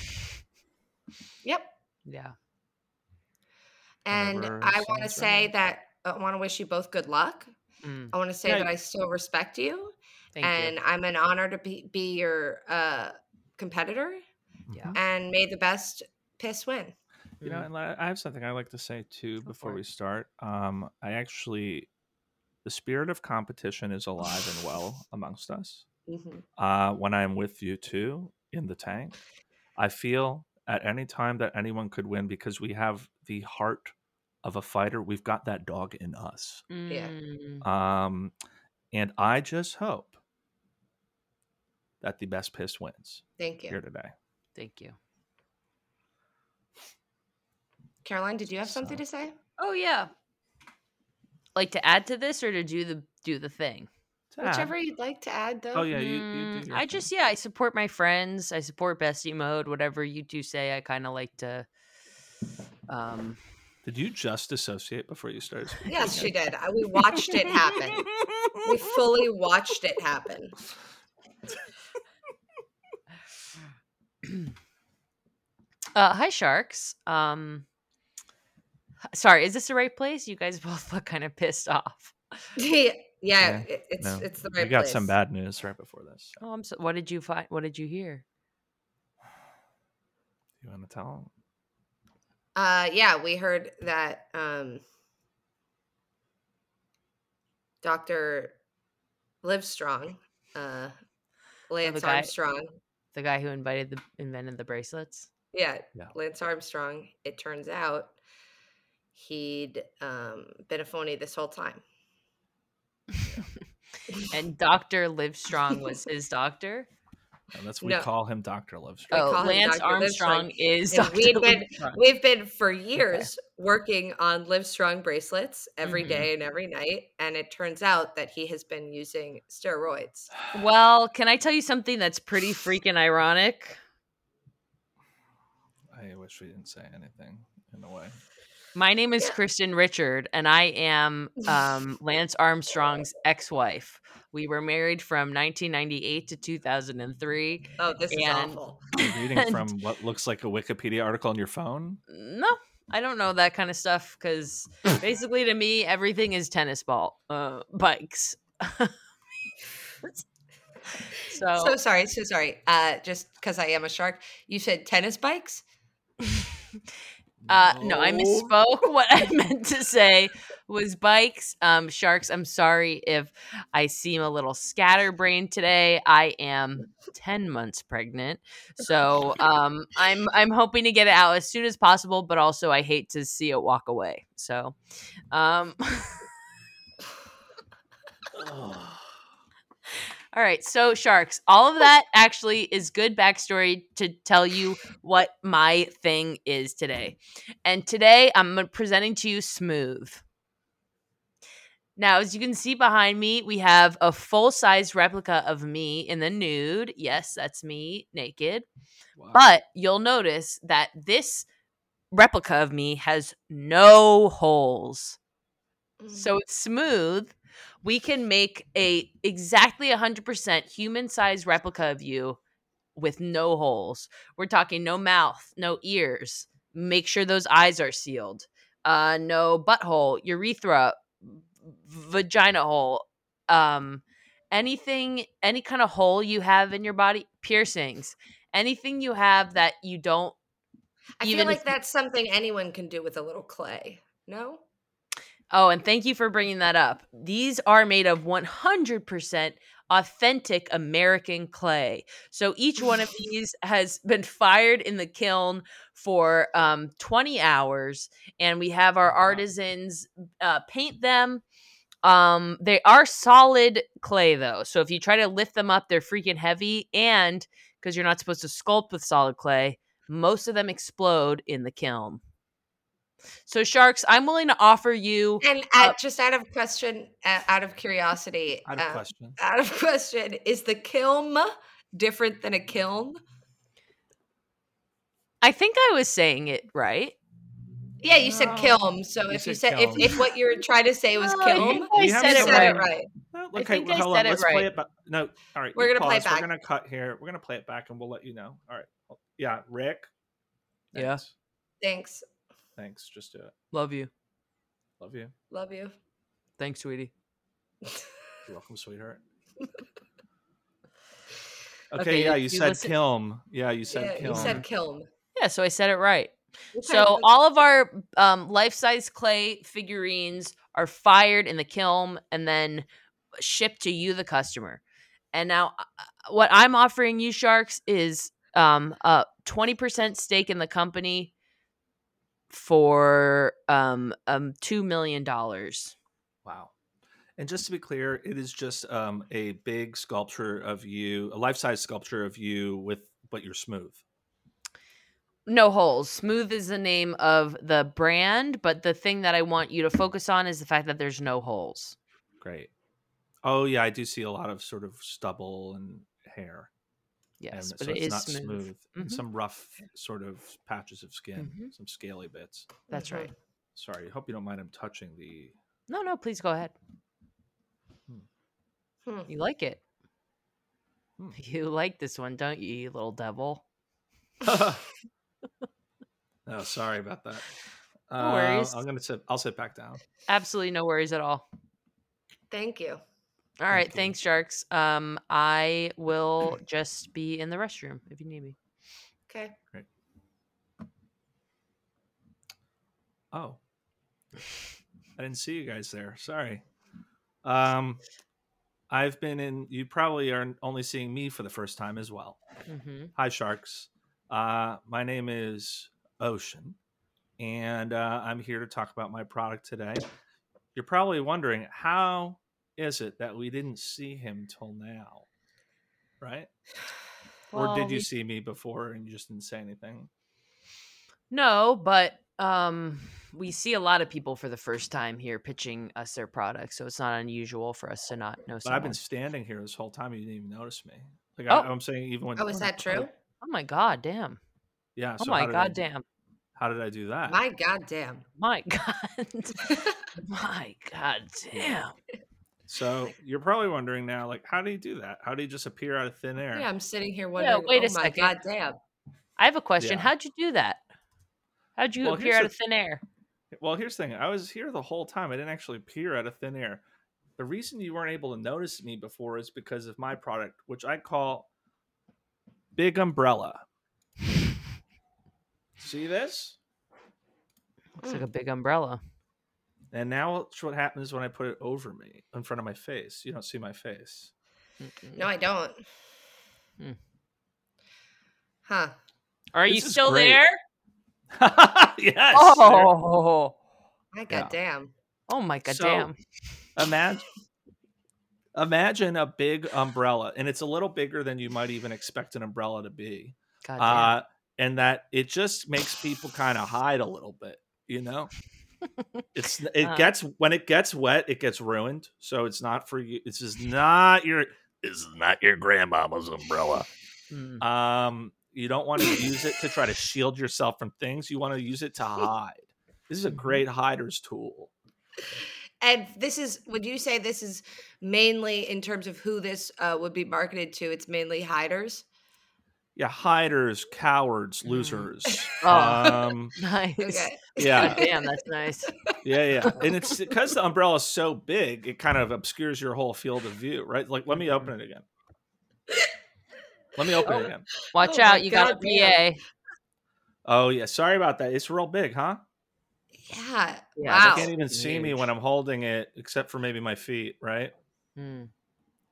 Speaker 1: yep.
Speaker 3: Yeah.
Speaker 1: And
Speaker 2: Whenever
Speaker 1: I want to
Speaker 2: someone's
Speaker 1: say
Speaker 2: ready.
Speaker 1: that I want to wish you both good luck.
Speaker 3: Mm,
Speaker 1: I want to say
Speaker 2: Yeah.
Speaker 1: that I still respect you,
Speaker 3: thank
Speaker 1: and
Speaker 3: you.
Speaker 1: I'm an honor to be, be your uh, competitor.
Speaker 2: Oh.
Speaker 3: Yeah.
Speaker 1: And may the best piss win.
Speaker 2: You know,
Speaker 3: Mhm.
Speaker 2: and li- I have something I like to say too
Speaker 3: Go
Speaker 2: before
Speaker 3: for it.
Speaker 2: we start. Um, I actually, the spirit of competition is alive and well amongst us.
Speaker 1: Mhm.
Speaker 2: Uh, when I am with you two in the tank, I feel at any time that anyone could win because we have the heart of a fighter. We've got that dog in us.
Speaker 1: Yeah.
Speaker 3: Mm.
Speaker 2: Um, and I just hope that the best piss wins
Speaker 1: Thank you,
Speaker 2: here today.
Speaker 3: Thank you.
Speaker 1: Caroline. Did you have something
Speaker 2: So-
Speaker 1: to say?
Speaker 3: Oh yeah. Like to add to this or to do the do the thing?
Speaker 2: Dad.
Speaker 1: Whichever you'd like to add, though.
Speaker 2: Oh yeah, you, you
Speaker 3: Mm,
Speaker 2: do your
Speaker 3: I
Speaker 2: thing.
Speaker 3: just yeah, I support my friends. I support bestie mode. Whatever you do say, I kind of like to. Um,
Speaker 2: Did you just dissociate before you started? Speaking?
Speaker 1: Yes, she did. I- We watched it happen. We fully watched it happen.
Speaker 3: uh, hi sharks. Um, h- sorry, is this the right place? You guys both look kind of pissed off.
Speaker 1: yeah,
Speaker 2: Yeah,
Speaker 1: it- it's
Speaker 2: no,
Speaker 1: it's the
Speaker 2: We
Speaker 1: right.
Speaker 2: got some
Speaker 1: place.
Speaker 2: bad news right before this.
Speaker 3: Oh, I'm so. What did you find? What did you hear?
Speaker 2: You want to tell?
Speaker 1: Uh, yeah, we heard that um, Doctor Livestrong, uh, Lance
Speaker 3: guy-
Speaker 1: Armstrong.
Speaker 3: The guy who invited the invented the bracelets.
Speaker 1: Yeah,
Speaker 2: Yeah.
Speaker 1: Lance Armstrong. It turns out he'd um, been a phony this whole time.
Speaker 3: and Dr. Livestrong was his doctor.
Speaker 2: No, that's we
Speaker 1: No.
Speaker 2: call him Doctor Lovestrong.
Speaker 1: I
Speaker 3: Oh,
Speaker 1: call him
Speaker 3: Lance
Speaker 1: Dr. Livestrong,
Speaker 3: Armstrong is
Speaker 1: and
Speaker 3: Dr.
Speaker 1: we went-
Speaker 3: Livestrong.
Speaker 1: We've been for years working on Livestrong bracelets every
Speaker 3: Mhm.
Speaker 1: day and every night, and it turns out that he has been using steroids.
Speaker 3: Well, can I tell you something that's pretty freaking ironic?
Speaker 2: I wish we didn't say anything in a way.
Speaker 3: My name is
Speaker 1: Yeah.
Speaker 3: Kristen Richard, and I am um, Lance Armstrong's ex-wife. We were married from 1998 to 2003.
Speaker 1: Oh, this is
Speaker 3: And-
Speaker 1: awful.
Speaker 2: You're reading
Speaker 3: And-
Speaker 2: from what looks like a Wikipedia article on your phone.
Speaker 3: No, I don't know that kind of stuff because basically, to me, everything is tennis ball uh, bikes. so,
Speaker 1: So sorry, so sorry. Uh, just because I am a shark, you said tennis bikes.
Speaker 3: Uh, no, I misspoke. What I meant to say was bikes. Um, sharks, I'm sorry if I seem a little scatterbrained today. I am 10 months pregnant. So um, I'm, I'm hoping to get it out as soon as possible, but also I hate to see it walk away. So um, All right, so sharks, all of that actually is good backstory to tell you what my thing is today. And today I'm uh, presenting to you Smooth. Now, as you can see behind me, we have a full size replica of me in the nude. Yes, that's me naked.
Speaker 2: Wow.
Speaker 3: But you'll notice that this replica of me has no holes so it's smooth we can make a exactly 100% human sized replica of you with no holes we're talking no mouth no ears make sure those eyes are sealed uh no butthole urethra v- vagina hole um anything any kind of hole you have in your body piercings anything you have that you don't
Speaker 1: I feel
Speaker 3: even
Speaker 1: like
Speaker 3: if-
Speaker 1: that's something anyone can do with a little clay. No,
Speaker 3: Oh, and thank you for bringing that up. These are made of 100% authentic American clay. So each one of these has been fired in the kiln for um, 20 hours, and we have our
Speaker 2: Wow.
Speaker 3: artisans uh, paint them. Um, they are solid clay, though. So if you try to lift them up, they're freaking heavy. And because you're not supposed to sculpt with solid clay, most of them explode in the kiln. So, sharks, I'm willing to offer you.
Speaker 1: and uh, just out of question, uh, out of curiosity,
Speaker 2: Out of
Speaker 1: uh,
Speaker 2: question.
Speaker 1: out of question, is the kiln different than a kiln?
Speaker 3: I think I was saying it right.
Speaker 1: Yeah, you
Speaker 2: No,
Speaker 1: said kiln. So
Speaker 2: you
Speaker 1: if you
Speaker 2: said
Speaker 1: said if,
Speaker 2: kiln.
Speaker 1: if what you were trying to say was
Speaker 3: No, I
Speaker 1: kiln,
Speaker 3: think I
Speaker 2: We
Speaker 1: Oh, you
Speaker 2: have
Speaker 1: said
Speaker 2: said it
Speaker 1: it
Speaker 2: right.
Speaker 1: right.
Speaker 2: No,
Speaker 3: I
Speaker 2: okay,
Speaker 3: think I
Speaker 2: hold
Speaker 3: said
Speaker 2: on.
Speaker 3: it
Speaker 2: Let's
Speaker 3: right.
Speaker 2: play it back. No, all right.
Speaker 1: We're
Speaker 2: you
Speaker 1: gonna play
Speaker 2: pause.
Speaker 1: back.
Speaker 2: We're gonna cut here. We're gonna play it back, and we'll let you know. All right. Well, Yeah, Rick.
Speaker 3: Yeah.
Speaker 2: Thanks.
Speaker 1: Thanks.
Speaker 2: Thanks. Just do it.
Speaker 3: Love you.
Speaker 2: Love you.
Speaker 1: Love you.
Speaker 3: Thanks, sweetie.
Speaker 2: You're welcome, sweetheart. Okay,
Speaker 3: Okay, you-
Speaker 2: yeah, you,
Speaker 3: you
Speaker 2: said
Speaker 3: listen-
Speaker 2: kiln. Yeah, you said
Speaker 1: Yeah,
Speaker 2: kiln.
Speaker 1: you said kiln.
Speaker 3: Yeah, so I said it right.
Speaker 1: Okay,
Speaker 3: So
Speaker 1: good.
Speaker 3: all of our um, life-size clay figurines are fired in the kiln and then shipped to you, the customer. And now, uh, what I'm offering you, sharks, is um, a 20% stake in the company for um, um, two million dollars.
Speaker 2: Wow. And just to be clear, it is just um, a big sculpture of you, a life-size sculpture of you with, but you're smooth.
Speaker 3: No holes. Smooth is the name of the brand, but the thing that I want you to focus on is the fact that there's no holes.
Speaker 2: Great. Oh yeah, I do see a lot of sort of stubble and hair.
Speaker 3: Yes,
Speaker 2: and
Speaker 3: but
Speaker 2: so
Speaker 3: it
Speaker 2: it's
Speaker 3: is
Speaker 2: not
Speaker 3: smooth.
Speaker 2: smooth. and
Speaker 3: Mhm.
Speaker 2: Some rough sort of patches of skin,
Speaker 3: Mhm.
Speaker 2: some scaly bits.
Speaker 3: That's right.
Speaker 2: Sorry, hope you don't mind. I'm touching the.
Speaker 3: No, no, please go ahead.
Speaker 1: Hmm.
Speaker 3: You like it.
Speaker 2: Hmm.
Speaker 3: You like this one, don't you, you little devil?
Speaker 2: oh, sorry about that.
Speaker 3: No worries.
Speaker 2: Uh, I'm gonna sit. I'll sit back down.
Speaker 3: Absolutely no worries at all.
Speaker 1: Thank you.
Speaker 3: All right,
Speaker 2: you.
Speaker 3: thanks, Sharks. Um, I will just be in the restroom if you need me.
Speaker 1: Okay.
Speaker 2: Oh, I didn't see you guys there. Sorry. Um, I've been in. You probably are only seeing me for the first time as well.
Speaker 3: Mm-hmm.
Speaker 2: Hi, sharks. Uh, my name is Ocean, and uh, I'm here to talk about my product today. You're probably wondering how is it that we didn't see him till now, right? or did you see me before and you just didn't say anything?
Speaker 3: No, but um, we see a lot of people for the first time here pitching us their products, so it's not unusual for us to not know.
Speaker 2: But I've been
Speaker 3: someone.
Speaker 2: standing here this whole time. You didn't even notice me. Like
Speaker 3: Oh.
Speaker 2: I, I'm saying, even when
Speaker 1: Oh, is that true?
Speaker 3: Oh my god, damn!
Speaker 2: Yeah.
Speaker 3: Oh
Speaker 2: so how
Speaker 3: my
Speaker 2: did I
Speaker 3: god,
Speaker 2: do-
Speaker 3: damn!
Speaker 2: How did I do that?
Speaker 1: My goddamn.
Speaker 3: My god, my god, damn!
Speaker 2: so you're probably wondering now, like, how do you do that? How do you just appear out of thin air?
Speaker 1: Yeah, I'm sitting here wondering.
Speaker 3: wait
Speaker 1: oh
Speaker 3: a
Speaker 1: my
Speaker 3: second.
Speaker 1: goddamn.
Speaker 3: I have a question.
Speaker 2: Yeah.
Speaker 3: How'd you do that? How'd you
Speaker 2: Well,
Speaker 3: appear
Speaker 2: here's
Speaker 3: out
Speaker 2: the
Speaker 3: of thin air?
Speaker 2: Well, here's the thing. I was here the whole time. I didn't actually appear out of thin air. The reason you weren't able to notice me before is because of my product, which I call Big Umbrella. See this?
Speaker 3: Looks like a big umbrella.
Speaker 2: And now watch what happens when I put it over me in front of my face. You don't see my face.
Speaker 3: Mm-mm.
Speaker 1: No, I don't.
Speaker 3: Hmm.
Speaker 1: Huh.
Speaker 3: Are you
Speaker 2: This is
Speaker 3: still
Speaker 2: great.
Speaker 3: there?
Speaker 2: yes. there-
Speaker 3: Oh,
Speaker 1: My goddamn.
Speaker 3: oh my god,
Speaker 2: So-
Speaker 3: damn!
Speaker 2: Imagine Imagine a big umbrella, and it's a little bigger than you might even expect an umbrella to be.
Speaker 3: God damn.
Speaker 2: uh, and that it just makes people kind of hide a little bit, you know. It's it
Speaker 3: Uh.
Speaker 2: gets when it gets wet, it gets ruined. So it's not for you. This is not your.
Speaker 4: This is not your grandmama's umbrella.
Speaker 3: Mm.
Speaker 2: Um, you don't want to use it to try to shield yourself from things. You want to use it to hide. This is
Speaker 3: Mm-hmm.
Speaker 2: a great hider's tool.
Speaker 1: And this is, would you say this is mainly in terms of who this uh, would be marketed to? It's mainly hiders.
Speaker 2: Yeah, hiders, cowards,
Speaker 3: Mm.
Speaker 2: losers.
Speaker 3: Oh.
Speaker 2: Um,
Speaker 3: Nice.
Speaker 1: Okay. Oh
Speaker 2: yeah,
Speaker 3: God damn, that's nice.
Speaker 2: yeah, yeah. And it's because the umbrella is so big, it kind of obscures your whole field of view, right? Like, let me open it again. Let me open it again.
Speaker 3: Watch
Speaker 1: Oh my
Speaker 3: out, you got a
Speaker 1: God,
Speaker 3: PA.
Speaker 1: damn.
Speaker 2: Oh yeah, sorry about that. It's real big, huh?
Speaker 1: Yeah.
Speaker 3: Yeah,
Speaker 2: I
Speaker 1: Wow.
Speaker 2: can't even see me
Speaker 3: Huge.
Speaker 2: when I'm holding it, except for maybe my feet, right?
Speaker 3: Mm.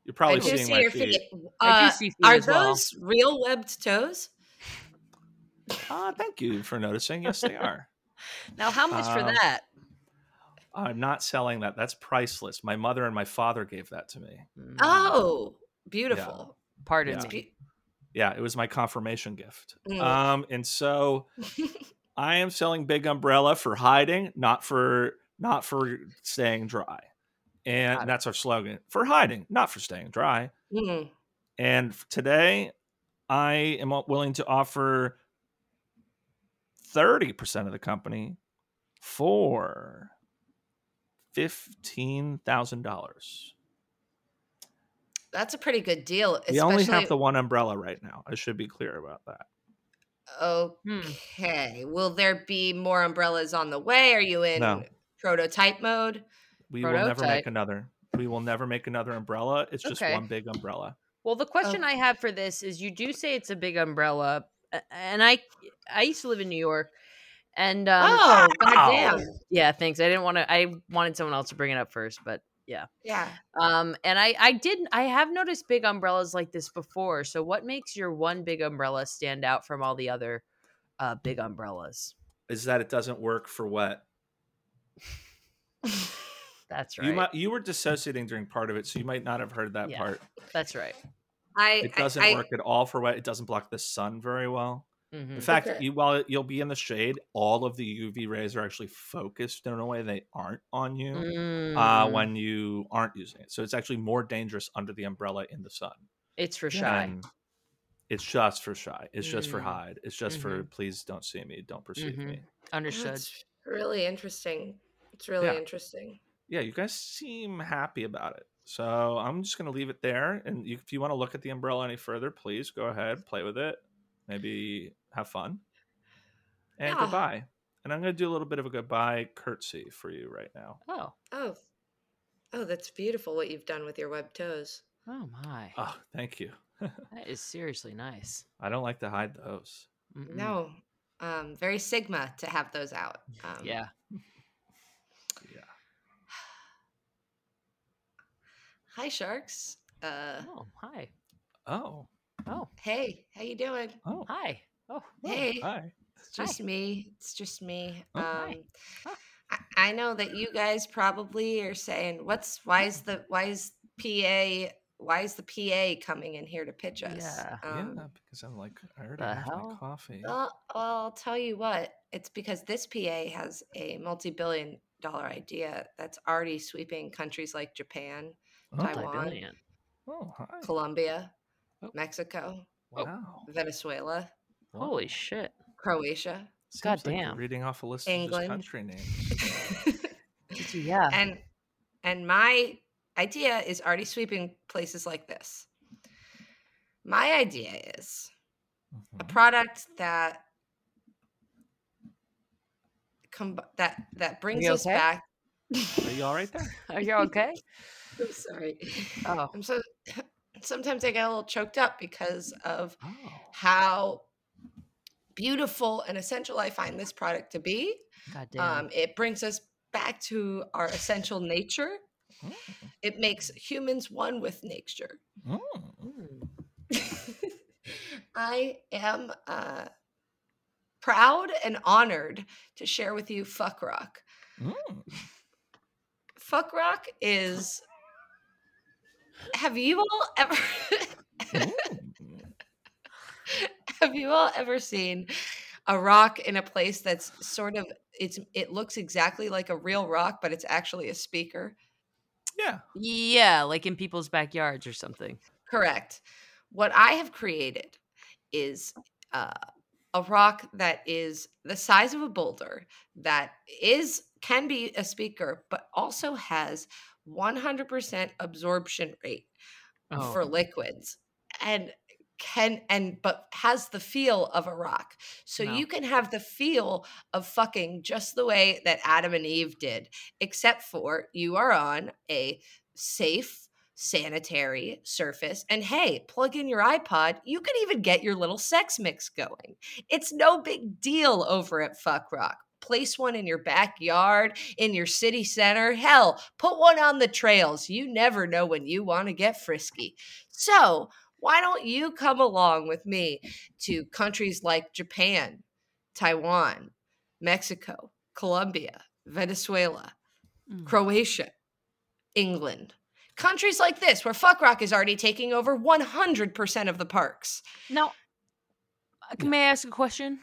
Speaker 2: You're
Speaker 1: I
Speaker 2: probably
Speaker 1: do
Speaker 2: seeing
Speaker 1: see
Speaker 2: my
Speaker 1: your
Speaker 2: feet.
Speaker 1: feet.
Speaker 3: I
Speaker 1: Uh,
Speaker 3: do see feet
Speaker 1: are
Speaker 3: as well.
Speaker 1: those real webbed toes?
Speaker 2: Ah, thank you for noticing. Yes, they are.
Speaker 3: Now, how much for
Speaker 2: Um,
Speaker 3: that?
Speaker 2: I'm not selling that. That's priceless. My mother and my father gave that to me.
Speaker 3: Mm.
Speaker 1: Oh, beautiful.
Speaker 3: pardon
Speaker 2: yeah.
Speaker 3: me.
Speaker 1: Be-
Speaker 2: Yeah, it was my confirmation gift.
Speaker 1: Mm.
Speaker 2: Um, and so I am selling Big Umbrella for hiding, not for not for staying dry.
Speaker 3: Got it.
Speaker 2: And that's our slogan. For hiding, not for staying dry.
Speaker 1: Mm.
Speaker 2: And f- today, I am o- willing to offer 30% of the company for $15,000.
Speaker 1: That's a pretty good deal. Especially,
Speaker 2: We only have the one umbrella right now. I should be clear about that.
Speaker 3: Hmm.
Speaker 1: okay. Will there be more umbrellas on the way? Are you in
Speaker 2: No.
Speaker 1: prototype mode?
Speaker 2: We will never
Speaker 3: Prototype.
Speaker 2: make another. We will never make another umbrella. It's just
Speaker 3: Okay.
Speaker 2: one big umbrella.
Speaker 3: Well, the question I have for this is: you do say it's a big umbrella, a- and I, I used to live in New York, and um,
Speaker 1: oh, goddamn.
Speaker 3: yeah, thanks. I didn't want to. I wanted someone else to bring it up first, but yeah.
Speaker 1: Yeah.
Speaker 3: Um, and I, I did. I have noticed big umbrellas like this before. So, what makes your one big umbrella stand out from all the other uh, big umbrellas?
Speaker 2: Is that it doesn't work for wet?
Speaker 3: That's
Speaker 2: You
Speaker 3: right.
Speaker 2: might, you were dissociating during part of it, so you might not have heard that
Speaker 3: Yeah.
Speaker 2: part.
Speaker 3: That's right.
Speaker 1: I,
Speaker 2: It doesn't
Speaker 1: I, I-
Speaker 2: work at all for wet. It doesn't block the sun very well.
Speaker 3: Mhm.
Speaker 2: In fact,
Speaker 1: Okay.
Speaker 2: you, while you'll be in the shade, all of the UV rays are actually focused in a way they aren't on you uh,
Speaker 3: Mm.
Speaker 2: when you aren't using it. So it's actually more dangerous under the umbrella in the sun.
Speaker 3: it's for shy.
Speaker 2: And it's just for shy. It's just for
Speaker 3: Mm.
Speaker 2: hide. It's just for please don't see me. Don't perceive
Speaker 3: Mhm.
Speaker 2: me.
Speaker 3: Understood.
Speaker 1: That's really interesting. It's really
Speaker 2: Yeah.
Speaker 1: interesting.
Speaker 2: Yeah, you guys seem happy about it. So I'm just going to leave it there. And you, if you want to look at the umbrella any further, please go ahead, play with it, maybe have fun. And
Speaker 1: Yeah.
Speaker 2: goodbye. And I'm going to do a little bit of a goodbye curtsy for you right now.
Speaker 3: Oh,
Speaker 1: Oh, oh, that's beautiful what you've done with your webbed toes.
Speaker 3: oh my.
Speaker 2: Oh, thank you.
Speaker 3: That is seriously nice.
Speaker 2: I don't like to hide those.
Speaker 3: Mm-mm.
Speaker 1: No, um, very Sigma to have those out. Um,
Speaker 3: Yeah.
Speaker 2: Yeah.
Speaker 1: Hi, sharks. Uh,
Speaker 3: Oh, hi.
Speaker 2: Oh.
Speaker 3: Oh,
Speaker 1: hey, how you doing?
Speaker 2: Oh.
Speaker 3: hi. Oh,
Speaker 2: oh,
Speaker 1: Hey.
Speaker 2: Hi.
Speaker 1: It's just me. It's just me.
Speaker 2: Oh,
Speaker 1: um,
Speaker 2: hi.
Speaker 3: Huh.
Speaker 1: I, I know that you guys probably are saying, "What's why is the why is PA why is the PA coming in here to pitch us?"
Speaker 3: Yeah.
Speaker 1: Um, Oh,
Speaker 2: yeah, because I'm like, I already
Speaker 3: the
Speaker 2: have my
Speaker 3: hell?
Speaker 2: coffee.
Speaker 1: Well, well, I'll tell you what. It's because this PA has a multi-billion-dollar idea that's already sweeping countries like Japan,
Speaker 2: Oh,
Speaker 1: Taiwan.
Speaker 3: Multi-billion.
Speaker 2: oh, hi.
Speaker 1: Colombia,
Speaker 3: Oh.
Speaker 1: Mexico,
Speaker 2: Wow.
Speaker 1: Venezuela,
Speaker 3: Holy shit.
Speaker 1: Croatia,
Speaker 2: Seems
Speaker 3: God
Speaker 2: like you're
Speaker 3: damn.
Speaker 2: reading off a list of
Speaker 1: England.
Speaker 2: just country names.
Speaker 3: Yeah.
Speaker 1: and and my idea is already sweeping places like this. My idea is a
Speaker 2: Mhm.
Speaker 1: product that com- that that brings
Speaker 3: you
Speaker 1: us
Speaker 3: okay?
Speaker 1: back.
Speaker 2: Are you all right there?
Speaker 3: Are you okay?
Speaker 1: I'm sorry.
Speaker 3: Oh.
Speaker 1: I'm so sometimes I get a little choked up because of
Speaker 2: Oh.
Speaker 1: how beautiful and essential I find this product to be.
Speaker 3: God damn.
Speaker 1: Um, it brings us back to our essential nature.
Speaker 2: Mm.
Speaker 1: It makes humans one with nature.
Speaker 2: Mm.
Speaker 3: Mm.
Speaker 1: I am uh, proud and honored to share with you Fuck Rock.
Speaker 2: Mm.
Speaker 1: Fuck Rock is. Have you all ever?
Speaker 2: Mm.
Speaker 1: have you all ever seen a rock in a place that's sort of it's it looks exactly like a real rock, but it's actually a speaker?
Speaker 2: Yeah.
Speaker 3: Yeah, like in people's backyards or something.
Speaker 1: Correct. What I have created is uh, a rock that is the size of a boulder that is can be a speaker, but also has 100% absorption rate
Speaker 3: Oh.
Speaker 1: for liquids and can and but has the feel of a rock. So
Speaker 3: No.
Speaker 1: you can have the feel of fucking just the way that Adam and Eve did, except for you are on a safe sanitary surface and hey plug in your ipod you can even get your little sex mix going it's no big deal over at fuck rock place one in your backyard in your city center hell put one on the trails you never know when you want to get frisky so why don't you come along with me to countries like japan taiwan mexico colombia venezuela
Speaker 3: Mm.
Speaker 1: Croatia, England. Countries like this, where fuck rock is already taking over 100% of the parks.
Speaker 3: Now, uh, can may I ask a question?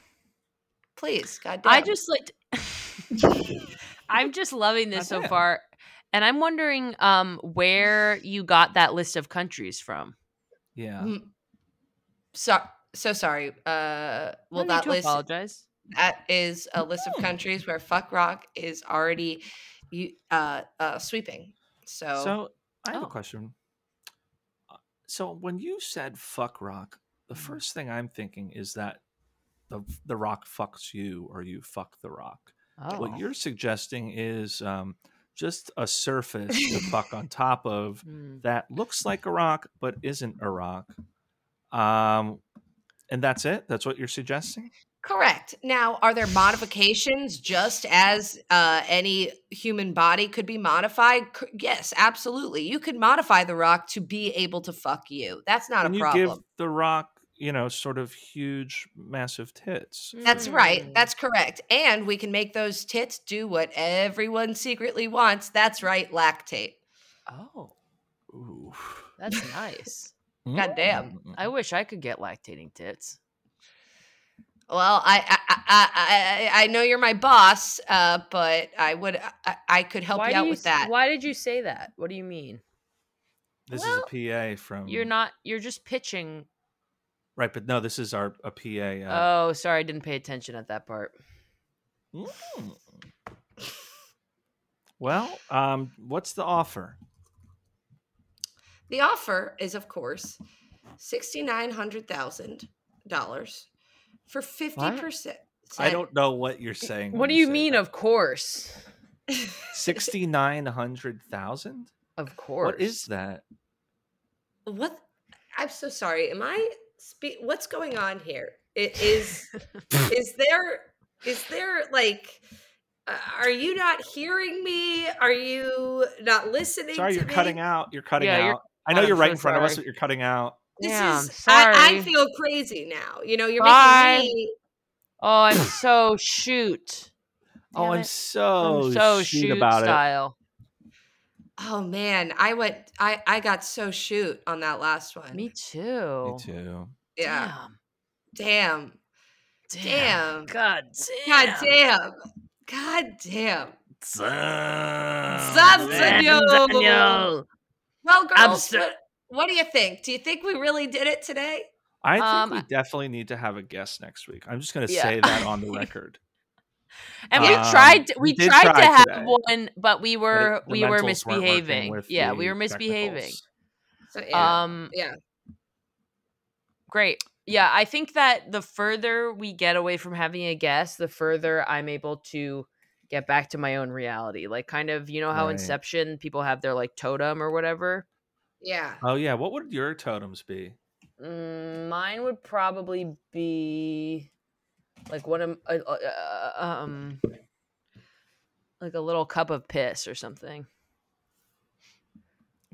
Speaker 1: Please, goddamn.
Speaker 3: I just like. I'm just loving this so
Speaker 2: Goddamn.
Speaker 3: far, and I'm wondering um where you got that list of countries from.
Speaker 2: Yeah.
Speaker 1: Mm. so so sorry. Uh, well,
Speaker 3: No need
Speaker 1: that
Speaker 3: to
Speaker 1: list
Speaker 3: apologize.
Speaker 1: that is a list of countries where fuck rock is already you- uh, uh, sweeping. So,
Speaker 2: So I have
Speaker 3: Oh.
Speaker 2: a question. Uh, So when you said "fuck rock," the
Speaker 1: Mm-hmm.
Speaker 2: first thing I'm thinking is that the the rock fucks you, or you fuck the rock.
Speaker 3: Oh,
Speaker 2: What you're suggesting is um, just a surface to fuck on top of
Speaker 3: Mm.
Speaker 2: that looks like a rock but isn't a rock. Um, and that's it. That's what you're suggesting.
Speaker 1: correct. Now, are there modifications just as uh, any human body could be modified? C- yes, absolutely. You could modify the rock to be able to fuck you. That's not
Speaker 2: and
Speaker 1: a
Speaker 2: you
Speaker 1: problem.
Speaker 2: give the rock, you know, sort of huge, massive tits.
Speaker 1: That's right.
Speaker 3: Mm.
Speaker 1: That's correct. And we can make those tits do what everyone secretly wants. That's right, lactate.
Speaker 3: oh,
Speaker 2: Ooh.
Speaker 3: that's nice.
Speaker 1: Goddamn.
Speaker 3: I wish I could get lactating tits.
Speaker 1: Well, I I, I I I know you're my boss, uh, but I would I, I could help
Speaker 3: why
Speaker 1: you
Speaker 3: do
Speaker 1: out
Speaker 3: you
Speaker 1: with
Speaker 3: s-
Speaker 1: that.
Speaker 3: Why did you say that? What do you mean?
Speaker 2: This
Speaker 1: Well,
Speaker 2: is a PA from
Speaker 3: You're not. You're just pitching.
Speaker 2: right, but no, this is our a PA. Uh,
Speaker 3: Oh, sorry, I didn't pay attention at that part. Oh.
Speaker 2: mm. Well, um, what's the offer?
Speaker 1: The offer is, of course, sixty nine hundred thousand dollars for fifty percent.
Speaker 2: I don't know what you're saying.
Speaker 3: What do you mean? Of course,
Speaker 2: sixty nine hundred thousand?
Speaker 3: of course.
Speaker 2: What is that?
Speaker 1: What? I'm so sorry. Am I? Spe- what's going on here? It is. is there? Is there like? Uh, are you not hearing me? Are you not listening?
Speaker 2: Sorry,
Speaker 1: to
Speaker 2: you're
Speaker 1: me?
Speaker 2: cutting out. You're cutting
Speaker 3: Yeah,
Speaker 2: out.
Speaker 3: you're-
Speaker 2: I know
Speaker 3: I'm
Speaker 2: you're right
Speaker 3: so
Speaker 2: in front of us,
Speaker 3: sorry.
Speaker 2: but you're cutting out.
Speaker 1: This
Speaker 3: Yeah, I'm
Speaker 1: is. I, I
Speaker 3: sorry.
Speaker 1: feel crazy now. You know, you're
Speaker 3: Bye.
Speaker 1: making me.
Speaker 3: Oh, I'm so shoot.
Speaker 2: oh,
Speaker 3: Damn
Speaker 2: I'm
Speaker 3: it.
Speaker 2: so,
Speaker 3: I'm so
Speaker 2: shoot,
Speaker 3: shoot
Speaker 2: about it.
Speaker 3: style.
Speaker 1: Oh man, I went. I I got so shoot on that last one.
Speaker 3: Me too.
Speaker 2: Me too.
Speaker 1: Yeah. Damn.
Speaker 3: Damn.
Speaker 1: Damn.
Speaker 3: God damn.
Speaker 1: God damn. God damn.
Speaker 4: uh,
Speaker 1: Daniel.
Speaker 4: Zanzanyo.
Speaker 1: Well,
Speaker 3: I'm
Speaker 1: girls,
Speaker 3: so-
Speaker 1: what, what do you think? Do you think we really did it today?
Speaker 2: I think
Speaker 3: Um,
Speaker 2: we
Speaker 3: I-
Speaker 2: definitely need to have a guest next week. I'm just going to
Speaker 3: Yeah.
Speaker 2: say that on the record.
Speaker 3: And we
Speaker 2: Um,
Speaker 3: tried to, we
Speaker 2: we did
Speaker 3: tried
Speaker 2: try
Speaker 3: to have
Speaker 2: today,
Speaker 3: one, but we
Speaker 2: But
Speaker 3: were
Speaker 2: it- the
Speaker 3: we were
Speaker 2: mentals weren't working
Speaker 3: misbehaving.
Speaker 2: with
Speaker 3: Yeah, we
Speaker 2: the
Speaker 3: were misbehaving.
Speaker 2: technicals.
Speaker 1: So, yeah.
Speaker 3: Um
Speaker 1: yeah.
Speaker 3: great. Yeah, I think that the further we get away from having a guest, the further I'm able to get back to my own reality. Like kind of, you know how
Speaker 2: Right.
Speaker 3: Inception people have their like totem or whatever.
Speaker 1: Yeah.
Speaker 2: Oh yeah, what would your totems be?
Speaker 3: Mm, mine would probably be like one of uh, uh, um like a little cup of piss or something.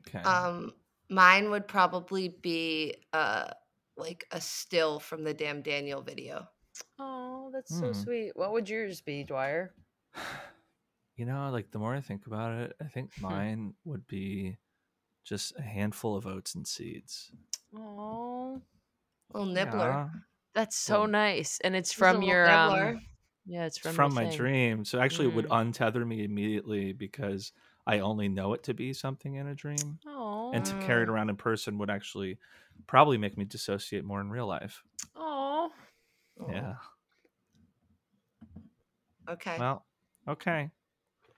Speaker 2: Okay.
Speaker 1: Um, mine would probably be uh like a still from the damn Daniel video.
Speaker 3: Oh, that's
Speaker 2: Hmm.
Speaker 3: so sweet. What would yours be, Dwyer?
Speaker 2: you know, like the more I think about it, I think mine would be just a handful of oats and seeds.
Speaker 3: Oh,
Speaker 1: Little nibbler.
Speaker 2: Yeah.
Speaker 3: that's so
Speaker 2: Well,
Speaker 3: nice, and it's
Speaker 1: Just a
Speaker 3: from
Speaker 1: little
Speaker 3: your
Speaker 1: nibbler.
Speaker 3: um, yeah, it's
Speaker 2: It's
Speaker 3: from,
Speaker 2: from,
Speaker 3: your
Speaker 2: my
Speaker 3: thing.
Speaker 2: dream. So actually it would
Speaker 3: Mm.
Speaker 2: untether me immediately because I only know it to be something in a dream.
Speaker 3: Oh,
Speaker 2: And to carry it
Speaker 1: Mm.
Speaker 2: around in person would actually probably make me dissociate more in real life.
Speaker 3: oh,
Speaker 1: Oh,
Speaker 2: Yeah.
Speaker 1: Okay.
Speaker 2: Well, okay.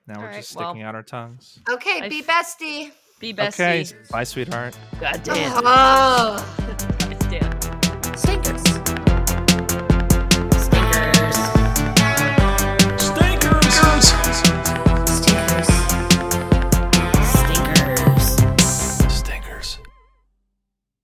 Speaker 2: Now
Speaker 3: All
Speaker 2: we're
Speaker 3: right,
Speaker 2: just
Speaker 3: well.
Speaker 2: sticking out our tongues.
Speaker 1: okay,
Speaker 3: I
Speaker 1: be
Speaker 3: f-
Speaker 1: bestie.
Speaker 3: be bestie.
Speaker 2: Okay. Bye, sweetheart.
Speaker 3: God damn.
Speaker 1: Oh.